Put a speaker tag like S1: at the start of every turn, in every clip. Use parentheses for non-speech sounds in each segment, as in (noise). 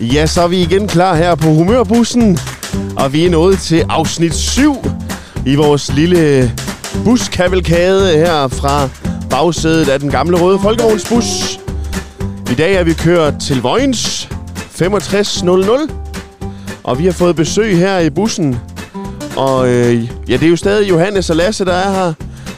S1: Ja, så er vi igen klar her på Humørbussen, og vi er nået til afsnit 7 i vores lille buskavalkade her fra bagsædet af den gamle røde folkevognsbus. I dag er vi kørt til Vojens 6500, og vi har fået besøg her i bussen. Og øh, ja, det er jo stadig Johannes og Lasse, der er her.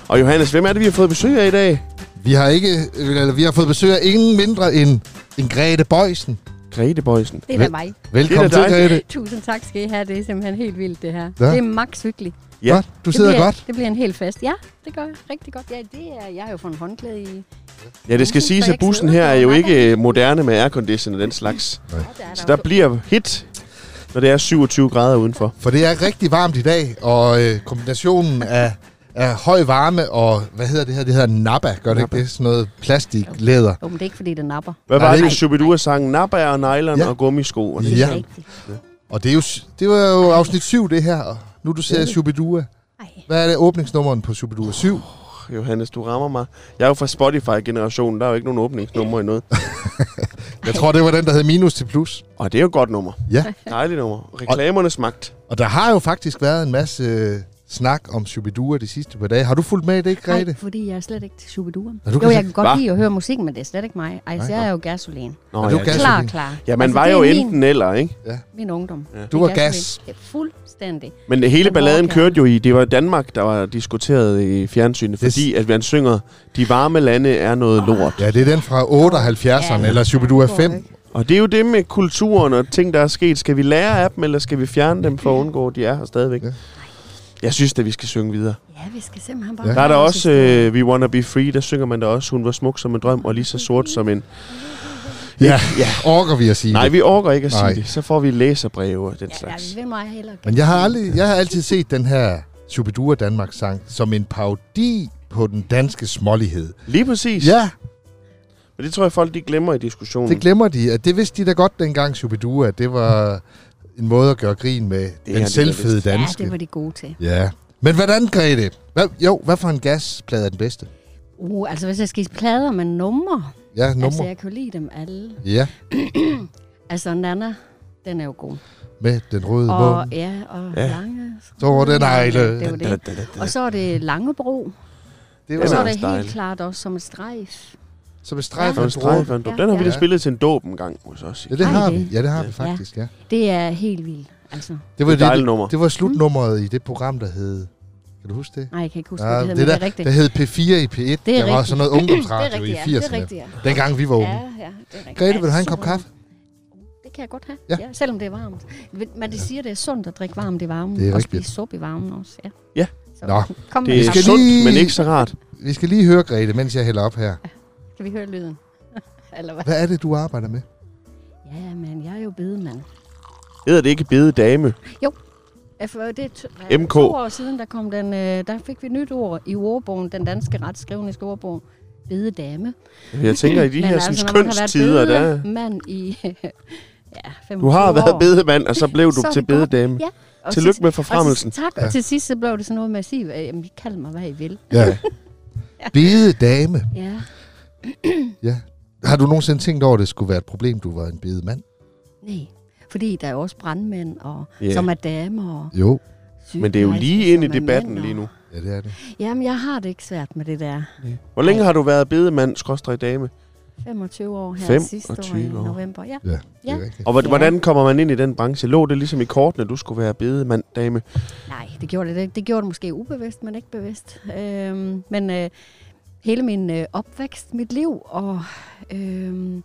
S1: Og Johannes, hvem er det, vi har fået besøg af i dag?
S2: Vi har ikke, eller vi har fået besøg af ingen mindre end, end Grete Bøjsen.
S1: Grete Bøjsen.
S3: Det er da mig.
S2: Velkommen
S1: Det
S2: til,
S1: er da dig.
S2: Grete.
S3: Tusind tak skal I have. Det er simpelthen helt vildt, det her.
S2: Ja.
S3: Ja. Det er max hyggeligt.
S1: Ja.
S2: Godt. Du
S3: Det
S2: sidder
S3: bliver,
S2: godt.
S3: Det bliver en hel fest. Ja, det gør jeg rigtig godt. Ja, det er, jeg har jo fået en håndklæde i.
S1: Ja, det skal
S3: Så
S1: siges, at
S3: jeg ikke
S1: bussen her
S3: sidder
S1: er jo
S3: og
S1: ikke øh, moderne med aircondition og den slags.
S3: Og der er
S1: Så
S3: der
S1: der
S3: jo-
S1: bliver hit, når det er 27 grader udenfor.
S2: For det er rigtig varmt i dag, og øh, kombinationen af, af høj varme og, hvad hedder det her, det hedder nappa, gør det ikke det? Sådan noget plastiklæder.
S3: Jo, men det er ikke, fordi det napper.
S1: Hvad
S2: Nej,
S1: var
S2: det er
S1: det,
S2: ikke-
S1: Shubidua-sangen? Napper og nylon
S2: Ja.
S1: og gummisko. Og
S3: Det
S2: Ja.
S3: er rigtigt.
S2: Og det, er jo, s- det var jo afsnit 7, det her. og Nu du ser Shubidua.
S3: Ej,
S2: Hvad er det åbningsnummeren på Shubidua 7?
S1: Johannes, du rammer mig. Jeg er jo fra Spotify-generationen. Der er jo ikke nogen åbningsnummer i noget.
S2: Jeg tror, det var den, der hed minus til plus.
S1: Og det er jo et godt nummer.
S2: Ja.
S1: Dejligt nummer. Reklamernes magt.
S2: Og der har jo faktisk været en masse øh, snak om Shubidua de sidste par dage. Har du fulgt med i det, Grete?
S3: nej, fordi jeg er slet ikke til Shubiduren.
S2: Nå, du
S3: Jo,
S2: kan
S3: jeg kan godt
S1: Hva?
S3: lide at høre musik, men det er slet ikke mig. Ej, så
S2: Nej,
S3: jeg er jo gasolin.
S1: Nå,
S2: Og du
S1: ja,
S2: kan-
S3: Klar,
S2: Gasolin.
S3: klar.
S1: ja, man
S3: Altså,
S1: var
S3: det
S1: jo
S3: er
S1: enten eller, ikke?
S3: Min ungdom. Ja.
S2: Du var gas.
S3: Ja, fuldstændig.
S1: Men hele
S3: Den
S1: balladen
S3: overkant.
S1: kørte jo i, det var Danmark, der var diskuteret i fjernsynet,
S2: Det-
S1: fordi at man synger, de varme lande er noget lort.
S2: Ja, det er den fra 78'erne,
S3: Ja,
S2: eller Shubidua 5.
S1: Og det er jo det med kulturen og ting, der er sket. Skal vi lære af dem, eller skal vi fjerne dem for at undgå, at de er her stadigvæk?
S2: Ja.
S1: Jeg synes at vi skal synge videre.
S3: Ja, vi skal simpelthen bare...
S2: Ja.
S1: Der er der
S3: høre vores
S1: også
S3: historie.
S1: øh, We Wanna Be Free, der synger man der også, hun var smuk som en drøm, og lige så sort som en...
S2: Ja,
S1: Ja.
S2: orker vi at sige
S1: Nej,
S2: det.
S1: vi orker ikke at sige
S2: Nej.
S1: det. Så får vi læserbreve og den
S3: Ja, ja,
S1: slags.
S3: vi vil meget hellere.
S2: Men jeg har, aldrig, jeg har altid set den her Shubidua Danmark sang som en parodi på den danske smålighed.
S1: Lige præcis.
S2: Ja,
S1: Men det tror jeg, folk de glemmer i diskussionen.
S2: det glemmer de. at Det vidste de da godt dengang, Shubidua, at det var en måde at gøre grin med
S1: de
S2: den
S1: da
S2: selvfede
S1: vidst.
S3: Ja,
S2: danske.
S3: det var de gode til.
S2: ja. Men hvordan, Grete? Hvad, jo, hvad for en gasplade er den bedste?
S3: Uh, altså hvis jeg skal plader med numre,
S2: Ja,
S3: altså
S2: nummer.
S3: jeg kan jo lide dem alle.
S2: Ja,
S3: Altså Nana, den er jo god.
S2: med den røde
S3: Og
S2: mund.
S3: ja, og
S1: Ja.
S3: ja. Lange.
S2: Så var det nejle.
S3: Det var
S1: Da, da,
S3: det.
S1: da, da, da.
S3: Og så er det Langebro,
S2: Det
S3: og så
S1: er
S3: er
S2: var
S3: det
S1: også
S3: helt
S1: dejlig.
S3: klart også som et strejf.
S2: som et strejf
S1: Der
S2: af
S1: er
S2: en
S1: en streg for en dåb. Den har vi da
S2: Ja.
S1: spillet til en dåb en gang, må jeg så også sige.
S2: Ja, det
S3: Ej,
S2: har
S3: det-
S2: vi. Ja, det har vi
S1: Ja.
S2: faktisk, ja.
S3: Det er helt vildt, altså.
S2: Det var
S1: Det er et dejligt nummer. Mm.
S2: Det var slutnummeret i det program, der hed... Kan du huske det?
S3: Nej, jeg kan ikke huske,
S2: Ja,
S3: hvad det
S2: det,
S3: hedder, men
S2: der,
S3: det er rigtigt.
S2: der hed P4 i P1. Det,
S3: Det er
S2: var
S3: rigtigt.
S2: sådan noget
S3: Det er
S2: ungdomsradio
S3: rigtigt, ja.
S2: i
S3: Det er
S2: 80'erne.
S3: rigtigt, ja.
S2: Dengang vi var unge.
S3: Ja, ja, det er rigtigt.
S2: Grete, vil du have en
S3: Ja,
S2: kop
S3: super.
S2: kaffe?
S3: Det kan jeg godt have,
S2: Ja.
S3: ja. ja selvom det er varmt. Men det siger, det er sundt at drikke varmt i varmen.
S2: Det er
S3: og
S2: rigtigt.
S3: spise suppe i varmen også, ja.
S1: Ja.
S3: Så,
S2: Nå,
S3: kom med
S1: Det
S3: det
S1: er
S2: skal
S1: sundt,
S2: lige-
S1: men ikke så rart.
S2: Vi skal lige høre, Grete, mens jeg hælder op her.
S3: Kan vi høre lyden? (laughs) Eller hvad?
S2: Hvad er det, du arbejder med?
S3: Ja, men jeg er jo bedemand.
S1: Hedder det ikke bede dame?
S3: Ja, for Det er to,
S1: MK.
S3: to år siden, der, kom den, øh, der fik vi et nyt ord i ordbogen, den danske retskrivende ordbog. Bede dame.
S1: Jeg tænker, i de her
S3: altså,
S1: sådan, kønstider, der...
S3: mand i (laughs) ja, 25
S1: Du har været
S3: år,
S1: bedemand, og så blev du
S3: så er
S1: til
S3: det godt.
S1: bededame.
S3: Ja. og
S1: Tillykke
S3: til-
S1: med forfremmelsen.
S3: Og til, tak,
S2: Ja.
S3: og til sidst så blev det sådan noget med at sige, øh, jamen, I kalder mig, hvad I vil.
S2: (laughs) Ja. Bede dame.
S3: Ja.
S2: Ja. Har du nogensinde tænkt over, at det skulle være et problem, du var en bede mand?
S3: Nej, fordi der er jo også brandmænd, og,
S1: Ja.
S3: yeah. som er damer. Og
S2: Jo.
S1: Men det er jo lige
S3: sygeplejersker,
S1: ind i
S3: som er
S1: debatten
S3: mænd,
S1: lige nu.
S2: Ja, det er det.
S3: Og, jamen, jeg har det ikke svært med det der.
S1: Hvor længe har du været bedemand, skråstrej dame?
S3: 25 år her
S1: 25
S3: sidste år i
S1: år.
S3: november. Ja.
S2: Ja, det er
S3: Ja.
S2: rigtigt.
S1: Og hvor-
S3: Ja.
S1: hvordan kommer man ind i den branche? Lå det ligesom i kortene, du skulle være bedemand, dame?
S3: Nej, det gjorde det. ikke. Det gjorde det måske ubevidst, men ikke bevidst. Øhm, men øh, hele min øh, opvækst, mit liv og øhm,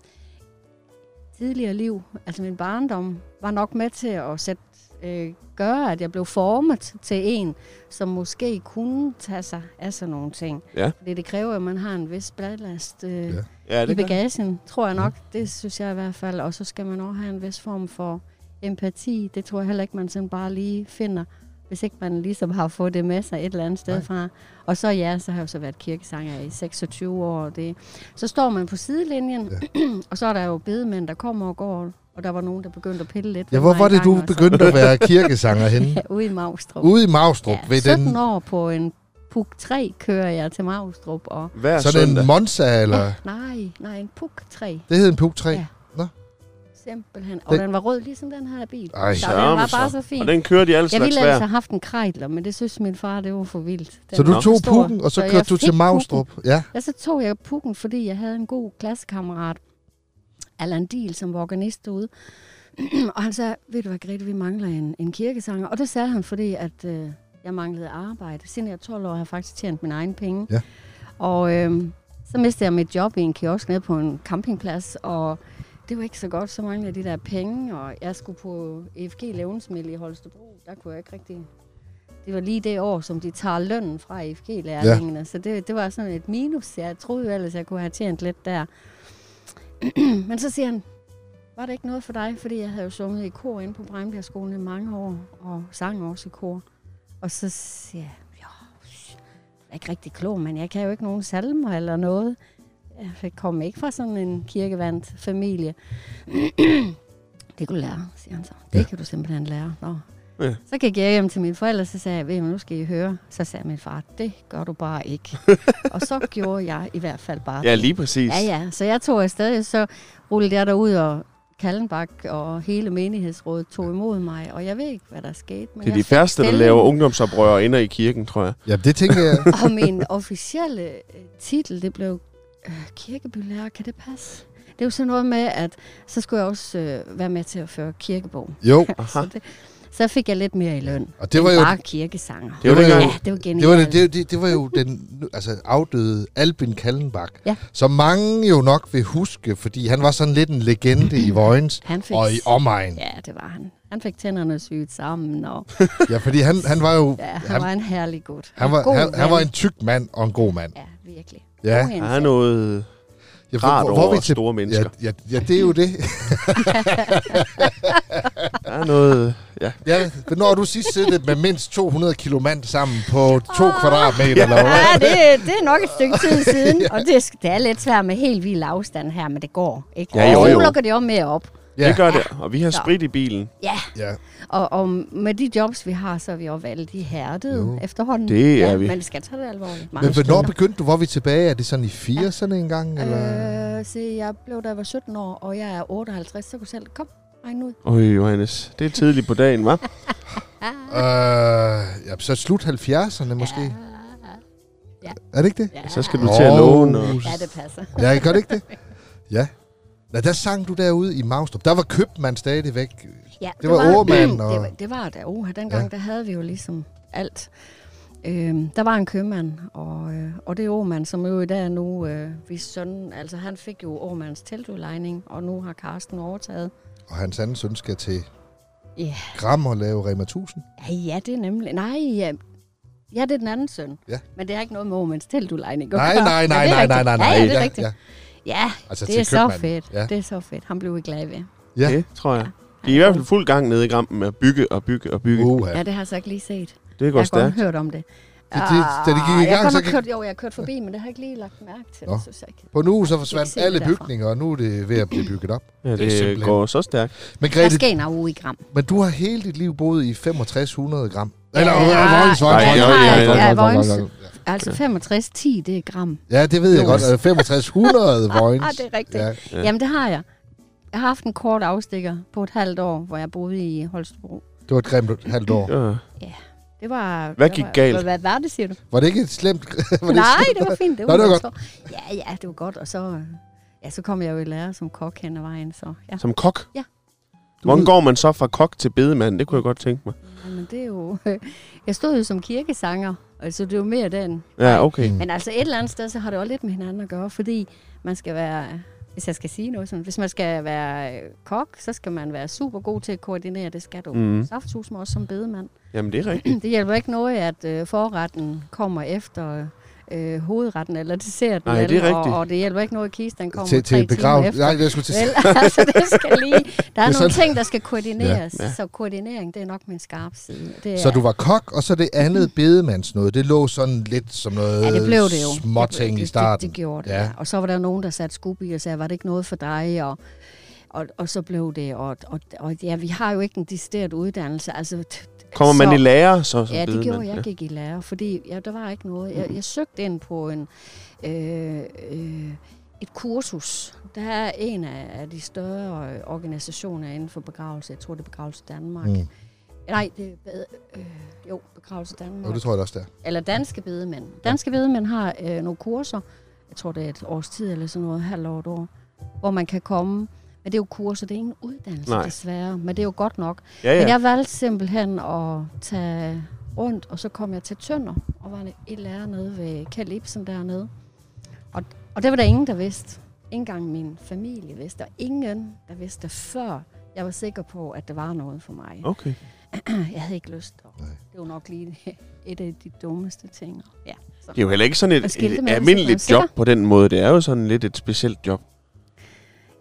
S3: tidligere liv, altså min barndom, var nok med til at sætte, øh, gøre, at jeg blev formet til en, som måske kunne tage sig af sådan nogle ting.
S1: Ja.
S3: Fordi det kræver, at man har en vis bladlast øh,
S2: Ja,
S1: Ja,
S3: i
S1: det gør.
S3: bagagen, tror jeg nok. Det synes jeg i hvert fald. Og så skal man også have en vis form for empati. Det tror jeg heller ikke, man sådan bare lige finder, hvis ikke man ligesom har fået det med sig et eller andet sted
S2: Nej.
S3: fra. Og så ja, så har jeg jo så været kirkesanger i 26 år. Og det. Så står man på sidelinjen, ja. (clears throat) og så er der jo bedemænd, der kommer og går, og der var nogen, der begyndte at pille lidt.
S2: Ja,
S3: ved
S2: hvor
S3: mig
S2: var det, du
S3: engang, og så-
S2: begyndte at være kirkesanger
S3: (laughs)
S2: henne?
S3: Ude i Magstrup.
S2: Ude i Magstrup, ved
S3: ja, 17
S2: den,
S3: år på en Puk 3 kører jeg til Magstrup. Og...
S1: Hver
S2: sådan en
S1: søndag.
S2: Monza, eller...
S3: Nej, nej, en Puk 3.
S2: Det hed en Puk 3.
S3: Ja. Simpelthen. Og
S2: Den-
S3: den var rød, ligesom den her bil.
S2: Ej,
S3: så den
S1: sørme
S3: var bare
S1: så.
S3: så fin.
S1: Og den kører de alle
S3: Jeg
S1: slags
S3: ville altså
S1: vejr.
S3: have haft en krejler, men det synes min far, det var for vildt. Den
S2: Så du
S3: var
S2: tog
S3: for stor.
S2: pukken, og så
S3: jeg
S2: kørte du til
S3: fik
S2: Magstrup. Ja.
S3: Ja, så tog jeg pukken, fordi jeg havde en god klassekammerat, Allan Diel, som var organist derude. (clears throat) og han sagde, ved du hvad, Grete, vi mangler en, en kirkesanger. Og det sagde han, fordi at, øh, jeg manglede arbejde. Siden jeg er 12 år, har jeg faktisk tjent mine egne penge.
S2: Ja.
S3: Og øh, så mistede jeg mit job i en kiosk nede på en campingplads, og det var ikke så godt, så manglede jeg de der penge, og jeg skulle på E EFG Levensmiddel i Holstebro. Der kunne jeg ikke rigtig det var lige det år, som de tager lønnen fra IFG-lærlingene. Ja. Så det, det var sådan et minus. Jeg troede jo ellers, jeg kunne have tjent lidt der. (clears throat) Men så siger han, var det ikke noget for dig? Fordi jeg havde jo sunget i kor inde på Brejnbjergskolen i mange år, og sang også i kor. Og så siger jeg, jo, jeg er ikke rigtig klog, men jeg kan jo ikke nogen salmer eller noget. Jeg kom ikke fra sådan en kirkevandt familie. (clears throat) det kunne du lære, siger han så. Det
S2: Ja.
S3: kan du simpelthen lære. Nå, så gik jeg hjem til mine forældre, så sagde jeg, ved I hvad, nu skal I høre. Så sagde min far, det gør du
S1: (laughs)
S3: bare ikke. og så gjorde jeg i hvert fald bare
S1: Ja,
S3: det.
S1: lige præcis.
S3: Ja, ja. Så jeg tog afsted, så rullede jeg derud, og Kallenbak og hele menighedsrådet tog imod mig. Og jeg ved ikke, hvad der skete. Men
S1: Det er de
S3: jeg
S1: færreste, der
S3: stilling. (laughs)
S1: laver ungdomsoprør og ender i kirken, tror jeg.
S2: Ja, det tænker jeg.
S3: og min officielle øh, titel, det blev øh, kirkebylærer. Kan det passe? Det er jo sådan noget med, at så skulle jeg også øh, være med til at føre kirkebogen. (laughs)
S2: Jo,
S1: Aha.
S3: Så, det, så fik jeg lidt mere i løn. (laughs)
S2: og det var jo
S3: Bare kirkesanger.
S1: Det var
S2: Det var
S1: dengang.
S2: jo-
S3: Ja, det var genialt.
S2: Det var, det, det, det, det var jo den altså, afdøde Albin Kallenbach,
S3: Ja.
S2: som mange jo nok vil huske, fordi han var sådan lidt en legende i Vojens
S3: Han fik,
S2: og i omegn. Ja,
S3: Ja, det var han. Han fik tænderne syet sammen, og
S2: ja fordi han, han var jo...
S3: ja, han,
S2: Han-
S3: han var en herlig gut.
S2: Han var,
S3: God
S2: han, han var
S3: ven.
S2: en tyk mand og en god mand.
S3: Ja, virkelig.
S2: Ja.
S3: God
S1: Der er
S3: indsats.
S1: noget
S2: Ja,
S1: rart over
S2: til-
S1: store
S2: ja,
S1: mennesker.
S2: ja, ja, det er jo det.
S1: Der er noget... Ja,
S2: Ja, hvornår har du sidst siddet med mindst 200 kilo mand sammen på to
S3: Åh.
S2: kvadratmeter? Ja. Eller hvad?
S3: Ja, det, det er nok et stykke tid
S2: (laughs)
S3: siden, og det, er- det er lidt svært med helt vild afstand her, men det går. Ikke?
S1: Ja, jo,
S3: Og
S1: jo.
S3: Så lukker det om mere op.
S2: Ja.
S1: det gør det. Og vi har
S3: Nå.
S1: sprit i bilen.
S3: Ja,
S2: Ja.
S3: og, og med de jobs, vi har, så er vi jo valgt i hærdet
S2: Jo.
S3: efterhånden.
S1: Det er
S3: ja,
S1: vi.
S3: Men vi skal tage det alvorligt.
S2: Men
S3: Mange
S2: hvornår
S3: stunder.
S2: begyndte du? Hvor er vi tilbage? Er det sådan i 80'erne engang? Eller?
S3: Øh, se, jeg blev, da jeg var 17 år, og jeg er 58, så kunne selv, kom, regn ud.
S1: Øj, Johannes. Det er tidligt på dagen,
S3: (laughs)
S1: hva'?
S2: Øh, ja, så slut 70'erne måske?
S3: Ja.
S2: Er det ikke det?
S3: Ja,
S1: Så skal du til at låne. Og...
S3: ja det passer.
S2: Ja, gør det ikke det? Ja. Nå, der sang du derude i Magstrup. Der var købmand stadigvæk.
S3: Ja,
S2: Det var Åmand og-
S3: Det var, det var da. Uh, dengang,
S2: Ja.
S3: ja. der havde vi jo ligesom alt. Øhm, der var en købmand, og, øh, og det er Åmand, som jo i dag er nu, øh, hvis søn, altså han fik jo Åmands teltudlejning, og nu har Karsten overtaget.
S2: Og hans anden søn skal til
S3: Ja,
S2: Gram og lave Rema 1000.
S3: ja, ja det er nemlig, nej, ja, ja, det er den anden søn,
S2: Ja.
S3: men det har ikke noget med Åmands teltudlejning at
S2: Nej,
S3: gøre.
S2: nej,
S3: Men
S2: nej,
S3: det er
S2: nej, nej, nej, nej.
S3: rigtigt. (laughs) Ja, ja, det er rigtigt.
S2: Ja.
S3: Ja,
S2: Altså
S3: det
S2: til
S3: er så
S2: købmanden.
S3: fedt,
S2: Ja.
S3: det er så fedt, han blev vi glad ved.
S2: Ja.
S1: Det tror jeg. De er i hvert fald fuld gang nede i Grampen med at bygge og bygge og bygge.
S2: Uha.
S3: Ja, det har jeg så ikke lige set.
S1: Det
S3: Jeg
S1: går
S3: har godt
S1: stærkt.
S3: hørt om det.
S2: Det- det- da det gik i
S3: Ah, jeg
S2: gang,
S3: kom
S2: så
S3: og
S2: gik-
S3: kørte, jo, jeg kørte forbi, men det har jeg ikke lige lagt mærke til.
S2: Nå.
S3: Det synes jeg ikke.
S2: På en uge så
S3: Jeg
S2: forsvandt
S3: kan ikke se
S2: alle
S3: det derfra.
S2: bygninger, og nu er det ved at blive bygget op.
S1: Ja,
S2: Det er
S1: det
S2: simpelthen-
S1: går så stærkt.
S2: Men
S3: Der
S2: Grete,
S3: skal en uge i gram.
S2: men du har hele dit liv boet i 6500 gram.
S3: Ja.
S2: Eller, øh, Vojens, Vojens,
S1: Nej,
S2: Vojens,
S1: ja,
S2: Vojens,
S1: ja, ja.
S2: Vojens,
S3: Ja,
S2: Vojens, Vojens,
S3: Vojens.
S2: Vojens.
S3: Altså 65-10, det er gram.
S2: Ja, det ved jeg
S3: Jo.
S2: godt. Øh,
S3: (laughs)
S2: 6500 Vojens.
S3: Ah, det er rigtigt.
S2: Ja.
S1: Ja.
S3: Ja. Jamen, det har jeg. Jeg har haft en kort afstikker på et halvt år, hvor jeg boede i Holstebro.
S2: Det var et grimt halvt år.
S1: Ja.
S3: Det var...
S1: Hvad
S3: det
S1: gik
S3: var,
S1: galt?
S3: Hvad var det, siger du?
S2: Var (laughs) det ikke et slemt... var det-
S3: Nej, det var fint. Det
S2: Nå,
S3: var,
S2: det var
S3: så- Ja, ja, det var godt. Og så, øh, ja, så kom jeg jo i lære som kok hen ad vejen. Så, ja.
S1: Som kok?
S3: Ja.
S1: Hvordan går man så fra kok til bedemand? Det kunne jeg godt tænke mig.
S3: Men det er jo... (laughs) Jeg stod jo som kirkesanger, altså det er jo mere den
S1: Ja, okay.
S2: Mm.
S3: Men altså et eller andet sted, så har det også lidt med hinanden at gøre, fordi man skal være, hvis jeg skal sige noget sådan, hvis man skal være øh, kok, så skal man være super god til at koordinere, det skal du.
S1: Mhm.
S3: Mm. Safthus må også som bedemand. (clears throat)
S1: Jamen, det er rigtigt.
S3: det hjælper ikke noget, at øh, forretten kommer efter øh, hovedretten eller desserten.
S1: Nej, det er
S3: vel?
S1: rigtigt.
S3: Og, og det hjælper ikke noget, at kisten kommer
S2: Til, til
S3: tre timer
S2: begravelsen.
S3: efter.
S2: Nej, jeg skulle til
S3: Vel, (laughs) altså det skal lige,
S2: er
S3: der er, er nogle
S2: sådan-
S3: ting, der skal koordineres,
S1: Ja.
S3: ja. så koordinering, det er nok min skarpe side. Det er,
S2: Så du var kok, og så det andet bedemandsnød, det lå sådan lidt som noget
S3: Mm. Ja, det blev det jo.
S2: småting
S3: det,
S2: i
S3: det,
S2: starten.
S3: Det, det gjorde det,
S2: Ja.
S3: ja. Og så var der nogen, der satte skub i og sagde, var det ikke noget for dig? Og, og, og så blev det, og, og, og ja, vi har jo ikke en distilleret uddannelse. Altså, t- t-
S1: Kommer man
S3: så,
S1: i lære så som
S3: Ja, det
S1: bedemand?
S3: gjorde jeg, gik i lære, fordi ja, der var ikke noget. Jeg, jeg søgte ind på en... Øh, øh, et kursus. Der er en af af de større øh, organisationer inden for begravelse. Jeg tror, det er Begravelse Danmark. Mm.
S2: Mm.
S3: Nej, det er øh, jo, Begravelse Danmark.
S2: Og det tror jeg da også, der.
S3: Eller danske bedemænd. Danske bedemænd har øh, nogle kurser, jeg tror det er et års tid eller sådan noget, halvåret år, hvor man kan komme. Men det er jo kurser, det er ingen uddannelse
S1: Nej.
S3: Nej. desværre, men det er jo godt nok.
S1: Ja,
S3: Men
S1: ja.
S3: jeg valgte simpelthen at tage rundt, og så kom jeg til Tønder, og var et lærer nede ved Kjeld Ibsen dernede. Og, og det var der ingen, der vidste. Ingen gang min familie vidste, og ingen, der vidste det, før jeg var sikker på, at det var noget for mig.
S1: Okay.
S3: (clears throat) Jeg havde ikke lyst. Og
S2: Nej.
S3: det var nok lige (laughs) et af de dummeste ting. og- Ja, så.
S1: Det er jo heller ikke sådan
S3: Og
S1: et,
S3: skilte
S1: et
S3: med, hvis man
S1: almindeligt
S3: sikker.
S1: job på den måde. Det er jo sådan lidt et specielt job.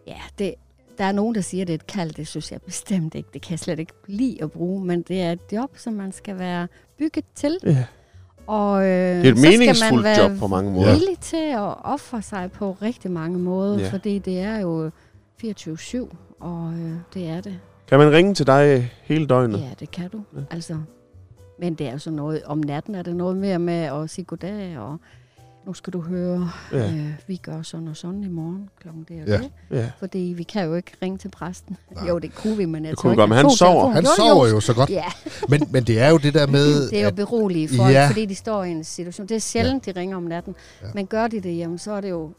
S3: ja det, der er nogen, der siger, at det er et kald. Det synes jeg bestemt ikke. Det kan jeg slet ikke lide at bruge. Men det er et job, som man skal være bygget til.
S1: Ja.
S3: Og, øh,
S1: Det er et
S3: så skal man øh,
S1: meningsfuldt
S3: være
S1: job på mange måder.
S3: villig til at ofre sig på rigtig mange måder.
S1: Ja.
S3: Ja. Fordi det er jo 24-7, og øh, det er det.
S1: Kan man ringe til dig øh, hele døgnet?
S3: Ja, det kan du.
S1: Ja.
S3: Ja. Altså, men det er jo sådan noget, om natten er det noget mere med at sige goddag, og nu skal du høre,
S1: Ja.
S3: ja. øh, vi gør sådan og sådan i morgen klokken det og
S2: Ja.
S3: ja. det.
S1: ja.
S3: Fordi vi kan jo ikke ringe til præsten.
S2: Nej.
S3: Nej. Jo, det kunne vi, men jeg
S1: Det
S3: tror
S1: kunne vi
S3: ikke,
S1: godt, men
S3: der
S1: han
S3: tog
S1: sover.
S3: telefonen.
S2: Han
S3: Jo, det
S2: sover
S3: jo.
S2: jo så godt.
S3: Ja,
S2: Men, men det er jo det der med...
S3: (laughs) det er jo
S2: at-
S3: berolige folk,
S2: Ja.
S3: ja. fordi de står i en situation. Det er sjældent, ja. de ringer om natten.
S2: Ja.
S3: Ja. Men gør de det, jamen, så er det jo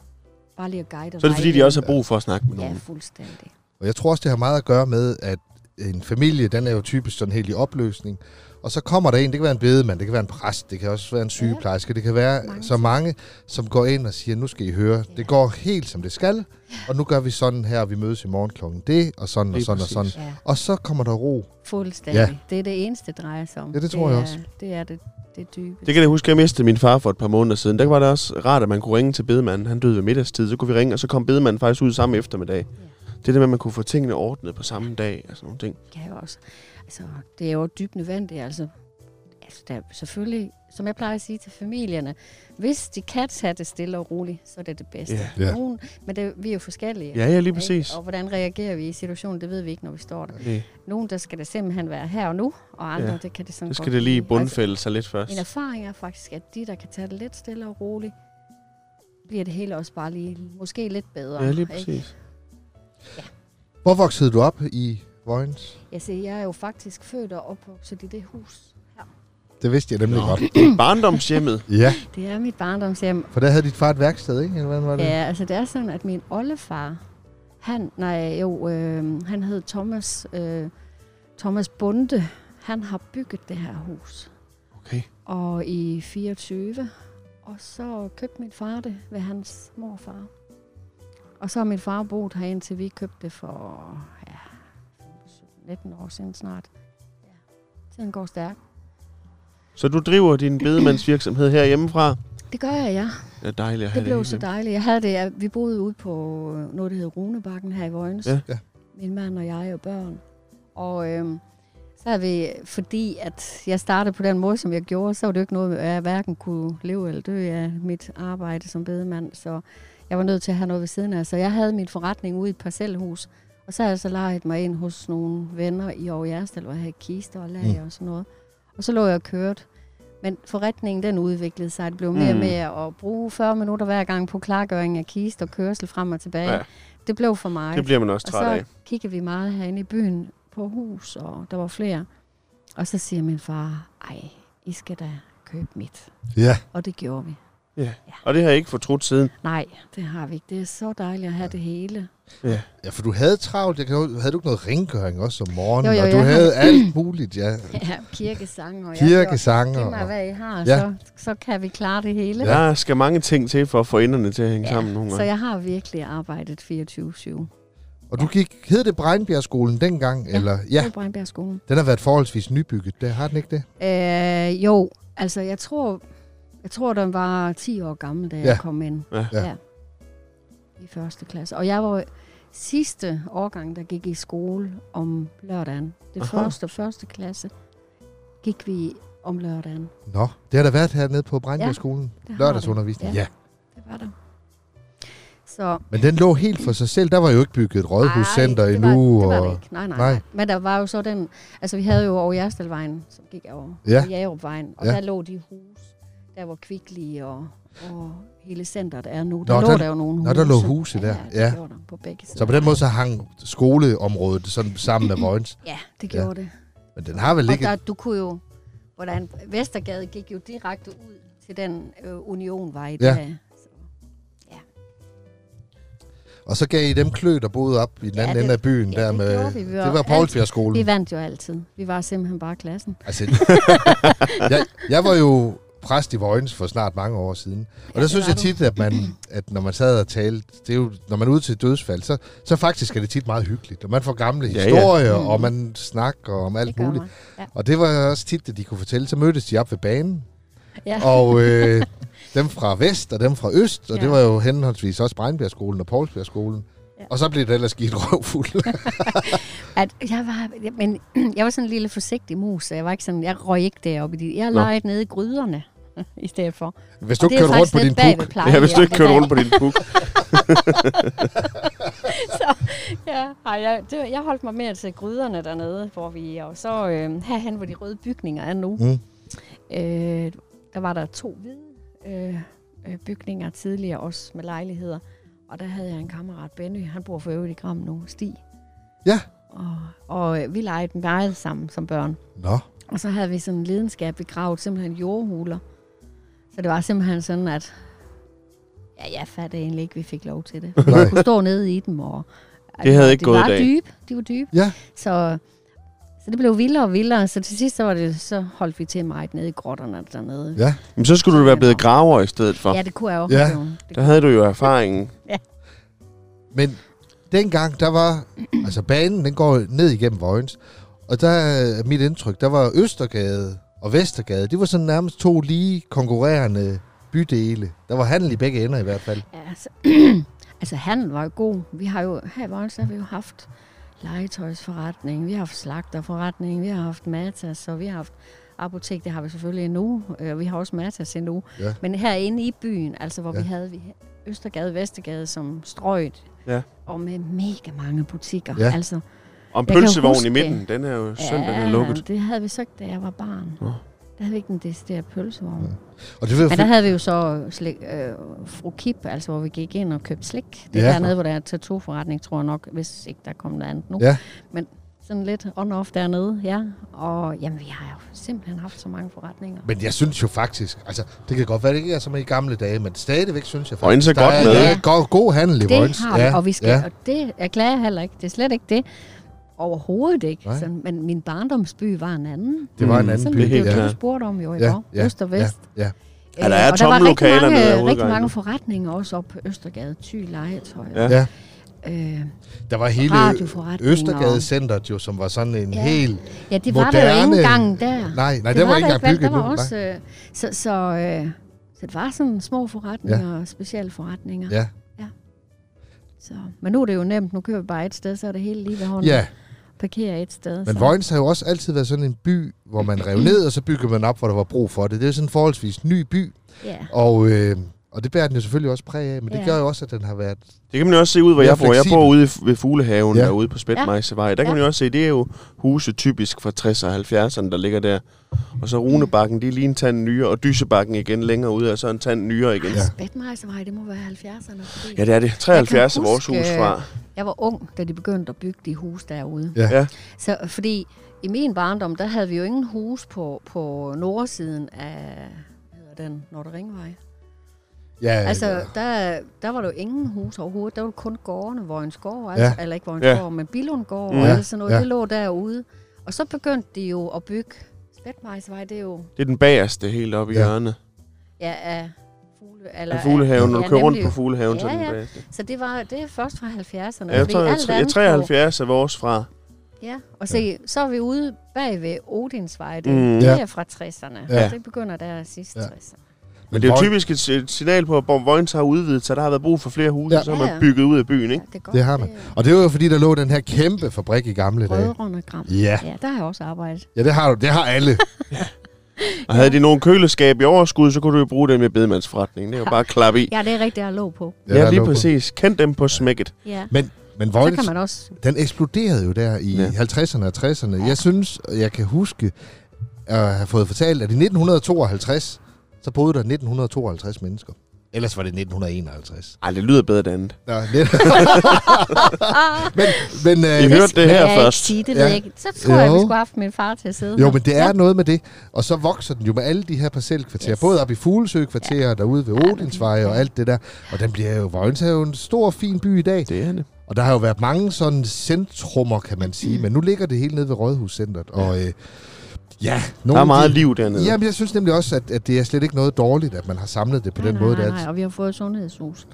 S3: bare lige at guide og
S1: Så er det fordi, de
S3: vejlede.
S1: også har brug for at snakke med
S3: Ja,
S1: nogen.
S3: fuldstændig.
S2: Og jeg tror også, det har meget at gøre med, at en familie, den er jo typisk sådan helt i opløsning. Og så kommer der en, det kan være en bedemand, det kan være en præst, det kan også være en sygeplejerske, det kan være mange.
S3: Mange
S2: så mange, som går ind og siger, nu skal I høre, det går helt som det skal, og nu gør vi sådan her, og vi mødes i morgen klokken det, og sådan og
S1: Lige
S2: sådan og
S1: præcis.
S2: sådan.
S3: Ja,
S2: Og så kommer der ro.
S3: fuldstændig.
S2: Ja.
S3: Ja. Det er det eneste, det drejer sig om.
S2: Ja, det tror jeg
S3: er,
S2: også.
S3: Det er det, det dybe.
S1: Det kan jeg huske, jeg mistede min far for et par måneder siden. Der var det også rart, at man kunne ringe til bedemanden. Han døde ved middagstid, så kunne vi ringe, og så kom bedemanden faktisk ud samme eftermiddag. Det er det med, at man kunne få tingene ordnet på samme dag og sådan nogle ting.
S3: kan jo også. Altså, det er jo dybt nødvendigt. Altså, altså der er selvfølgelig, som jeg plejer at sige til familierne, hvis de kan tage det stille og roligt, så er det det bedste.
S1: Ja.
S2: Ja.
S3: Nogen, men det, vi er jo forskellige.
S1: Ja, ja, lige
S3: ikke?
S1: præcis.
S3: Og hvordan reagerer vi i situationen, det ved vi ikke, når vi står der.
S1: Det,
S3: Nogen, der skal det simpelthen være her og nu, og andre,
S1: Ja.
S3: ja. det kan det sådan
S1: det skal
S3: godt
S1: det lige
S3: lide. Altså,
S1: bundfælde sig lidt først.
S3: min erfaring er faktisk, at de, der kan tage det lidt stille og roligt, bliver det hele også bare lige, måske lidt bedre.
S1: Ja, lige
S3: ikke?
S1: præcis.
S2: Hvor voksede du op i Vojens?
S3: Altså, jeg er jo faktisk født og opvokset i det hus.
S2: Det vidste jeg nemlig
S1: Nå.
S2: godt.
S1: (clears throat) Barndomshjemmet.
S2: Ja,
S3: Det er mit barndomshjem,
S2: for der havde dit far et værksted, ikke? Eller hvordan var det?
S3: Ja, altså det er sådan, at min oldefar, han, nej, jo, øh, han hed Thomas, øh, Thomas Bunde. Han har bygget det her hus.
S1: Okay.
S3: Og i 24, og så købte min far det ved hans morfar. Og så har min far boet her indtil vi købte det for ja, 19 år siden snart. Ja. Tiden går stærkt.
S1: Så du driver din bedemandsvirksomhed her hjemmefra?
S3: Det gør jeg, ja.
S1: Det er dejligt at have
S3: Det blev
S1: helt
S3: så
S1: hjemme.
S3: dejligt. Jeg havde det, jeg- vi boede ude på øh, noget, der hedder Runebakken her i Vojens.
S1: Ja.
S2: Ja.
S3: Min mand og jeg og børn. Og øhm, så er vi, fordi at jeg startede på den måde, som jeg gjorde, så var det jo ikke noget, jeg hverken kunne leve eller dø af mit arbejde som bedemand. Så jeg var nødt til at have noget ved siden af. Så jeg havde min forretning ude i et parcelhus. Og så har jeg så lejet mig ind hos nogle venner i Aarhus Jægersdal, hvor jeg havde kister og lager mm. og sådan noget. Og så lå jeg og kørte. Men forretningen, den udviklede sig. Det blev mere og
S1: Mm.
S3: mere at bruge 40 minutter hver gang på klargøring af kist og kørsel frem og tilbage.
S1: Ja.
S3: Ja. Det blev for meget.
S1: Det bliver man også
S3: og
S1: træt
S3: så
S1: af.
S3: kiggede vi meget herinde i byen på hus, og der var flere. Og så siger min far, ej, I skal da købe mit.
S2: Ja.
S3: Og det gjorde vi.
S1: Og det har jeg ikke fortrudt siden.
S3: Nej, det har vi ikke. Det er så dejligt at have det hele.
S2: ja, for du havde travlt. Jeg kan, jo- havde du ikke noget rengøring også om morgenen?
S3: Jo, jo,
S2: og du
S3: jeg
S2: havde alt muligt, ja.
S3: (laughs) Ja, kirkesang og
S2: Kirkesanger.
S3: Giv mig,
S2: og-
S3: hvad I har,
S2: Ja.
S3: ja. så, så kan vi klare det hele.
S1: Der skal mange ting til for at få enderne til at hænge sammen nogle
S3: Så
S1: gange.
S3: jeg har virkelig arbejdet 24-7
S2: Og du gik, hed det Brejnbjergskolen dengang? Ja. Eller? Ja,
S3: ja. på Brejnbjergskolen.
S2: den har været forholdsvis nybygget. Det har den ikke det?
S3: Øh, jo, altså jeg tror, jeg tror, den var 10 år gammel, da ja.
S2: Ja.
S3: jeg kom ind
S1: Ja.
S2: Ja.
S3: i første klasse. Og jeg var sidste årgang, der gik i skole om lørdagen. Det
S1: Aha.
S3: første første klasse gik vi om lørdagen.
S2: Nå, det har der været hernede på Brejnbjergskolen.
S3: det
S2: Ja,
S3: har
S2: lørdagsundervisning.
S3: det.
S2: Ja.
S3: Ja.
S2: ja.
S3: Det var der. Så
S2: Men den lå helt for sig selv. Der var jo ikke bygget et rådhuscenter
S3: Nej, det
S2: endnu.
S3: Var, det var
S2: og...
S3: det ikke. Nej, nej,
S2: Nej.
S3: nej. Men der var jo så den... Altså, vi havde jo over Jærstalvejen, som gik over
S2: Ja.
S3: ja. Jærupvejen, og
S2: Ja.
S3: ja. der lå de hus, der hvor Kvickly og, og hele centret er nu.
S2: Nå,
S3: Der Nå, lå
S2: der-
S3: der jo nogle
S2: nå,
S3: huse.
S2: der lå huse der,
S3: Ja, det
S2: ja.
S3: gjorde der på begge sider.
S2: Så på den måde så hang skoleområdet sådan sammen
S3: (clears throat)
S2: med Vojens.
S3: Ja, det gjorde ja. det.
S2: Men den har vel
S3: Og
S2: ikke...
S3: der, du kunne jo, hvordan, Vestergade gik jo direkte ud til den øh, unionvej.
S2: Ja.
S3: Der, så,
S2: Og så gav I dem klø, der boede op i den
S3: Ja,
S2: anden
S3: det-
S2: ende af byen
S3: ja,
S2: der
S3: det
S2: med...
S3: gjorde vi. Vi var
S2: det var
S3: alt- vi
S2: Poulsbjergskolen.
S3: vandt jo altid. Vi var simpelthen bare klassen.
S2: Altså, jeg, jeg var jo præst i Vojens for snart mange år siden. Og
S3: Ja,
S2: ja, der
S3: det
S2: synes
S3: var
S2: jeg
S3: du.
S2: tit, at, man, at når man sad og talte, det er jo, når man er ude til et dødsfald, så, så faktisk er det tit meget hyggeligt. Og man får gamle
S1: Ja, ja.
S2: historier, ja,
S3: Mm.
S2: og man snakker om alt
S3: det gør
S2: muligt.
S3: man.
S2: Og det var også tit, at de kunne fortælle. Så mødtes de op ved banen,
S3: Ja.
S2: og øh, dem fra vest og dem fra øst, og ja.
S3: Ja.
S2: det var jo henholdsvis også Brejnbjergskolen og Poulsbjergskolen.
S3: Ja.
S2: Ja. Og så blev det ellers skidt røvfuld.
S3: At jeg var, men (clears throat) jeg var sådan en lille forsigtig mus, så jeg var ikke sådan, jeg røg ikke deroppe i de, jeg
S1: Nå.
S3: legede nede i gryderne (laughs) i stedet for.
S2: Hvis du
S3: det
S2: ikke
S3: er
S2: kørte rundt
S3: faktisk
S2: på
S3: lidt
S2: din
S3: bag
S2: puk,
S3: ved
S2: (laughs)
S3: plejehjem,
S1: Ja, hvis du ikke
S3: det
S1: kørte
S3: der.
S1: rundt på din
S3: (laughs)
S1: puk.
S3: Ja, ej, jeg, det, var- jeg holdt mig mere til gryderne dernede, hvor vi er, og så øh, herhen, hvor de røde bygninger er nu.
S2: Mm.
S3: Øh, der var der to hvide øh, øh, bygninger tidligere, også med lejligheder. Og der havde jeg en kammerat, Benny, han bor for øvrigt i Gram nu, Stig.
S2: Ja.
S3: Og, og øh, vi legede meget sammen som børn.
S2: Nå,
S3: Og så havde vi sådan en lidenskab begravet, simpelthen jordhuler. Så det var simpelthen sådan, at ja, jeg fattede egentlig ikke, at vi fik lov til det. Vi
S2: Nej.
S3: kunne stå nede i dem. Og,
S1: Det havde ikke
S3: de
S1: gået i
S3: var
S1: dag.
S3: Dybe, de var dybe.
S2: Ja.
S3: Så, så det blev vildere og vildere. Så til sidst så, var det, så holdt vi til meget nede i grotterne dernede.
S2: ja.
S1: Men så skulle du være blevet graver i stedet for.
S3: Ja, det kunne jeg jo.
S2: Ja.
S3: have gjort. Det
S1: Der havde du jo erfaringen.
S2: Men dengang, der var... Altså, banen, den går ned igennem Vojens. Og der er mit indtryk, der var Østergade og Vestergade. Det var sådan nærmest to lige konkurrerende bydele. Der var handel i begge ender i hvert fald.
S3: Ja, altså, (clears throat) altså handel var jo god. Vi har jo, her i Vojens har vi jo haft legetøjsforretning, vi har haft slagterforretning, vi har haft Matas, og vi har haft apotek, det har vi selvfølgelig endnu, øh, vi har også Matas endnu.
S2: Ja.
S3: Men herinde i byen, altså hvor ja.
S2: Ja.
S3: vi havde vi Østergade, Vestergade som strøget,
S1: Ja.
S3: og med mega mange butikker.
S2: Ja.
S3: Altså,
S1: Om
S3: Jeg kan
S1: pølsevognen
S3: huske
S1: i midten,
S3: det.
S1: den er jo søndag, den er lukket.
S3: det havde vi så ikke, da jeg var barn.
S1: Nå.
S3: Der havde vi ikke en decideret pølsevogn.
S2: Ja. Og det var
S3: Men der
S2: fedt.
S3: havde vi jo så slik, øh, fru Kip, altså hvor vi gik ind og købte slik. Det er
S2: Ja.
S3: dernede, hvor der er tattoo-forretning, tror jeg nok, hvis ikke der kommer noget andet nu.
S2: Ja.
S3: Men sådan lidt on-off dernede, ja. Og jamen, vi har jo simpelthen haft så mange forretninger.
S2: Men jeg synes jo faktisk, altså det kan godt være, det ikke er som i gamle dage, men stadigvæk synes jeg faktisk,
S1: Vojens er
S2: der
S1: godt
S2: er,
S1: med.
S2: der er god, god handel i
S3: Det
S2: Vojens.
S3: har vi, og vi skal,
S2: Ja.
S3: og det jeg klager jeg heller ikke. Det er slet ikke det. Overhovedet ikke.
S2: Nej.
S3: Sådan, men min barndomsby var en anden.
S2: Det var en
S1: Mm,
S2: anden
S3: Sådan
S2: by.
S1: det er
S3: blev
S1: helt
S3: det jo,
S1: klart.
S3: du spurgte om jo i
S2: Ja,
S3: går.
S2: ja,
S3: Øst og vest.
S2: ja, ja.
S1: Ja, der er
S3: og der var
S1: tomme
S3: rigtig
S1: lokaler nede ad
S3: mange, rigtig
S1: hovedgangen.
S3: mange forretninger også op på Østergade. Ty legetøj.
S1: Ja.
S2: Ja.
S3: Øh,
S2: Der var hele
S3: Radioforretninger.
S2: Østergade Centret jo, som var sådan en
S3: Ja.
S2: hel...
S3: Ja, det var der jo ikke
S2: moderne-
S3: engang der.
S2: Nej, nej,
S3: det
S2: den var, ikke
S3: der
S2: engang bygget
S3: der var
S2: nu.
S3: Også, øh, så, så, øh, så det var sådan små forretninger, ja. specielle forretninger.
S2: Ja.
S3: Så, men nu er det jo nemt. Nu kører vi bare et sted, så er det hele lige ved hånden.
S2: ja,
S3: Parkerer et sted.
S2: Men
S3: så.
S2: Vojens har jo også altid været sådan en by, hvor man rev ned, og så bygger man op, hvor der var brug for det. Det er sådan en forholdsvis ny by,
S3: Ja.
S2: og, øh, og det bærer den jo selvfølgelig også præg af, men det
S3: Ja.
S2: gør jo også, at den har været...
S1: Det kan man jo også se ud, hvor
S2: Mere
S1: jeg bor. Jeg bor
S2: fleksibel.
S1: ude i- ved Fuglehaven
S2: Ja.
S1: ja. derude på Spætmejsevej. Der kan
S3: Ja.
S1: man jo også se, det er jo huse typisk fra 60'erne og 70'erne, der ligger der. Og så Runebakken, det er lige en tand nyere, og Dysebakken igen længere ude, og så en tand nyere igen.
S2: Ja.
S3: Spætmejsevej, det må være 70'erne. fordi
S1: Ja, det er det. 73 er
S3: Jeg kan
S1: vores
S3: huske,
S1: hus fra.
S3: Jeg var ung, da de begyndte at bygge de huse derude.
S2: Ja.
S1: Ja.
S3: Så, fordi i min barndom, der havde vi jo ingen hus på, på nordsiden af hvad hedder den Nordre Ringvej.
S2: Ja,
S3: Altså, der, der var der jo ingen hus overhovedet. Der var kun gårdene, Vojens Gård,
S2: Ja.
S3: altså, ja. eller ikke Vojens
S1: Ja.
S3: Gård, men Billundgård
S1: Mm.
S3: mm.
S1: Ja,
S3: og alt sådan noget.
S2: ja.
S3: Ja. Det lå derude. Og så begyndte de jo at bygge Spætmejsvej, det er jo
S1: Det er den bagerste helt oppe i
S2: Ja.
S1: hjørnet.
S3: ja, af fugle, eller,
S1: Af Fuglehaven, når du
S3: ja,
S1: kører rundt
S3: nemlig.
S1: på Fuglehaven, så er
S3: Ja,
S1: den
S3: ja.
S1: bagerste.
S3: Så det, var, det er først fra 70'erne.
S1: Ja, jeg
S3: fordi
S1: tror, jeg,
S3: alt
S1: jeg,
S3: andet
S1: 73 er vores fra.
S3: på- Ja, og se, så er vi ude bag ved Odinsvej. Det,
S1: Mm.
S3: mm.
S2: Ja.
S3: det er fra 60'erne.
S2: Ja.
S3: Ja. Det begynder der sidst
S2: Ja.
S3: 60'erne.
S1: Men det er jo
S2: Vojens-
S1: typisk et, et signal på, at Borg- Vojens har udvidet sig. Der har været brug for flere huse,
S2: Ja.
S1: ja. så har
S3: Ja,
S1: man
S3: ja.
S1: bygget ud af byen,
S3: Ja,
S1: ikke?
S3: det, er godt,
S2: Det har man. Og det var jo fordi, der lå den her kæmpe fabrik i gamle dage.
S3: Rødrunde Gram.
S2: Ja,
S3: Ja, der har jeg også arbejdet.
S2: ja det, har du, det har alle.
S1: Og havde de nogle køleskab i overskud, så kunne du jo bruge dem i bedemandsforretningen. Det er jo bare at klappe i.
S3: Ja, det er rigtigt, jeg lå på.
S1: (laughs) Ja, ja
S2: der
S1: lige
S2: lå på.
S1: præcis. Kend dem på smækket.
S3: Ja.
S2: Men, men
S3: Så
S2: Vojens,
S3: kan man også
S2: den eksploderede jo der i
S1: Ja.
S2: ja. 50'erne og 60'erne. Jeg synes, og jeg kan huske at have fået fortalt, at i 1952, så boede der 1952 mennesker. Ellers var det 1951.
S1: Ej, det lyder bedre end andet.
S2: Nå, net. (laughs) men, men,
S1: I
S2: øh,
S1: hørte det her
S3: jeg ikke
S1: først.
S3: Sige, det ved
S2: Ja.
S3: jeg ikke. Så tror jeg,
S2: Jo.
S3: vi skulle have haft min far til at sidde
S2: jo,
S3: her.
S2: men det er noget med det. Og så vokser den jo med alle de her parcelkvarterer.
S3: Yes.
S2: Yes. Både op i Fuglesø-kvarteret ja. derude ved Odinsvej og alt det der. Og den bliver jo, Vojens er jo en stor, fin by i dag.
S1: Det er det.
S2: Og der har jo været mange sådan centrummer, kan man sige. Men nu ligger det hele nede ved Rådhuscenteret. Og øh, ja,
S1: Der er
S2: nogle
S1: meget
S2: de-
S1: liv dernede.
S2: Jamen, jeg synes nemlig også, at, at det er slet ikke noget dårligt, at man har samlet det på den
S3: nej,
S2: måde.
S3: nej,
S2: det
S3: nej,
S2: er.
S3: og vi har fået sundhedshus.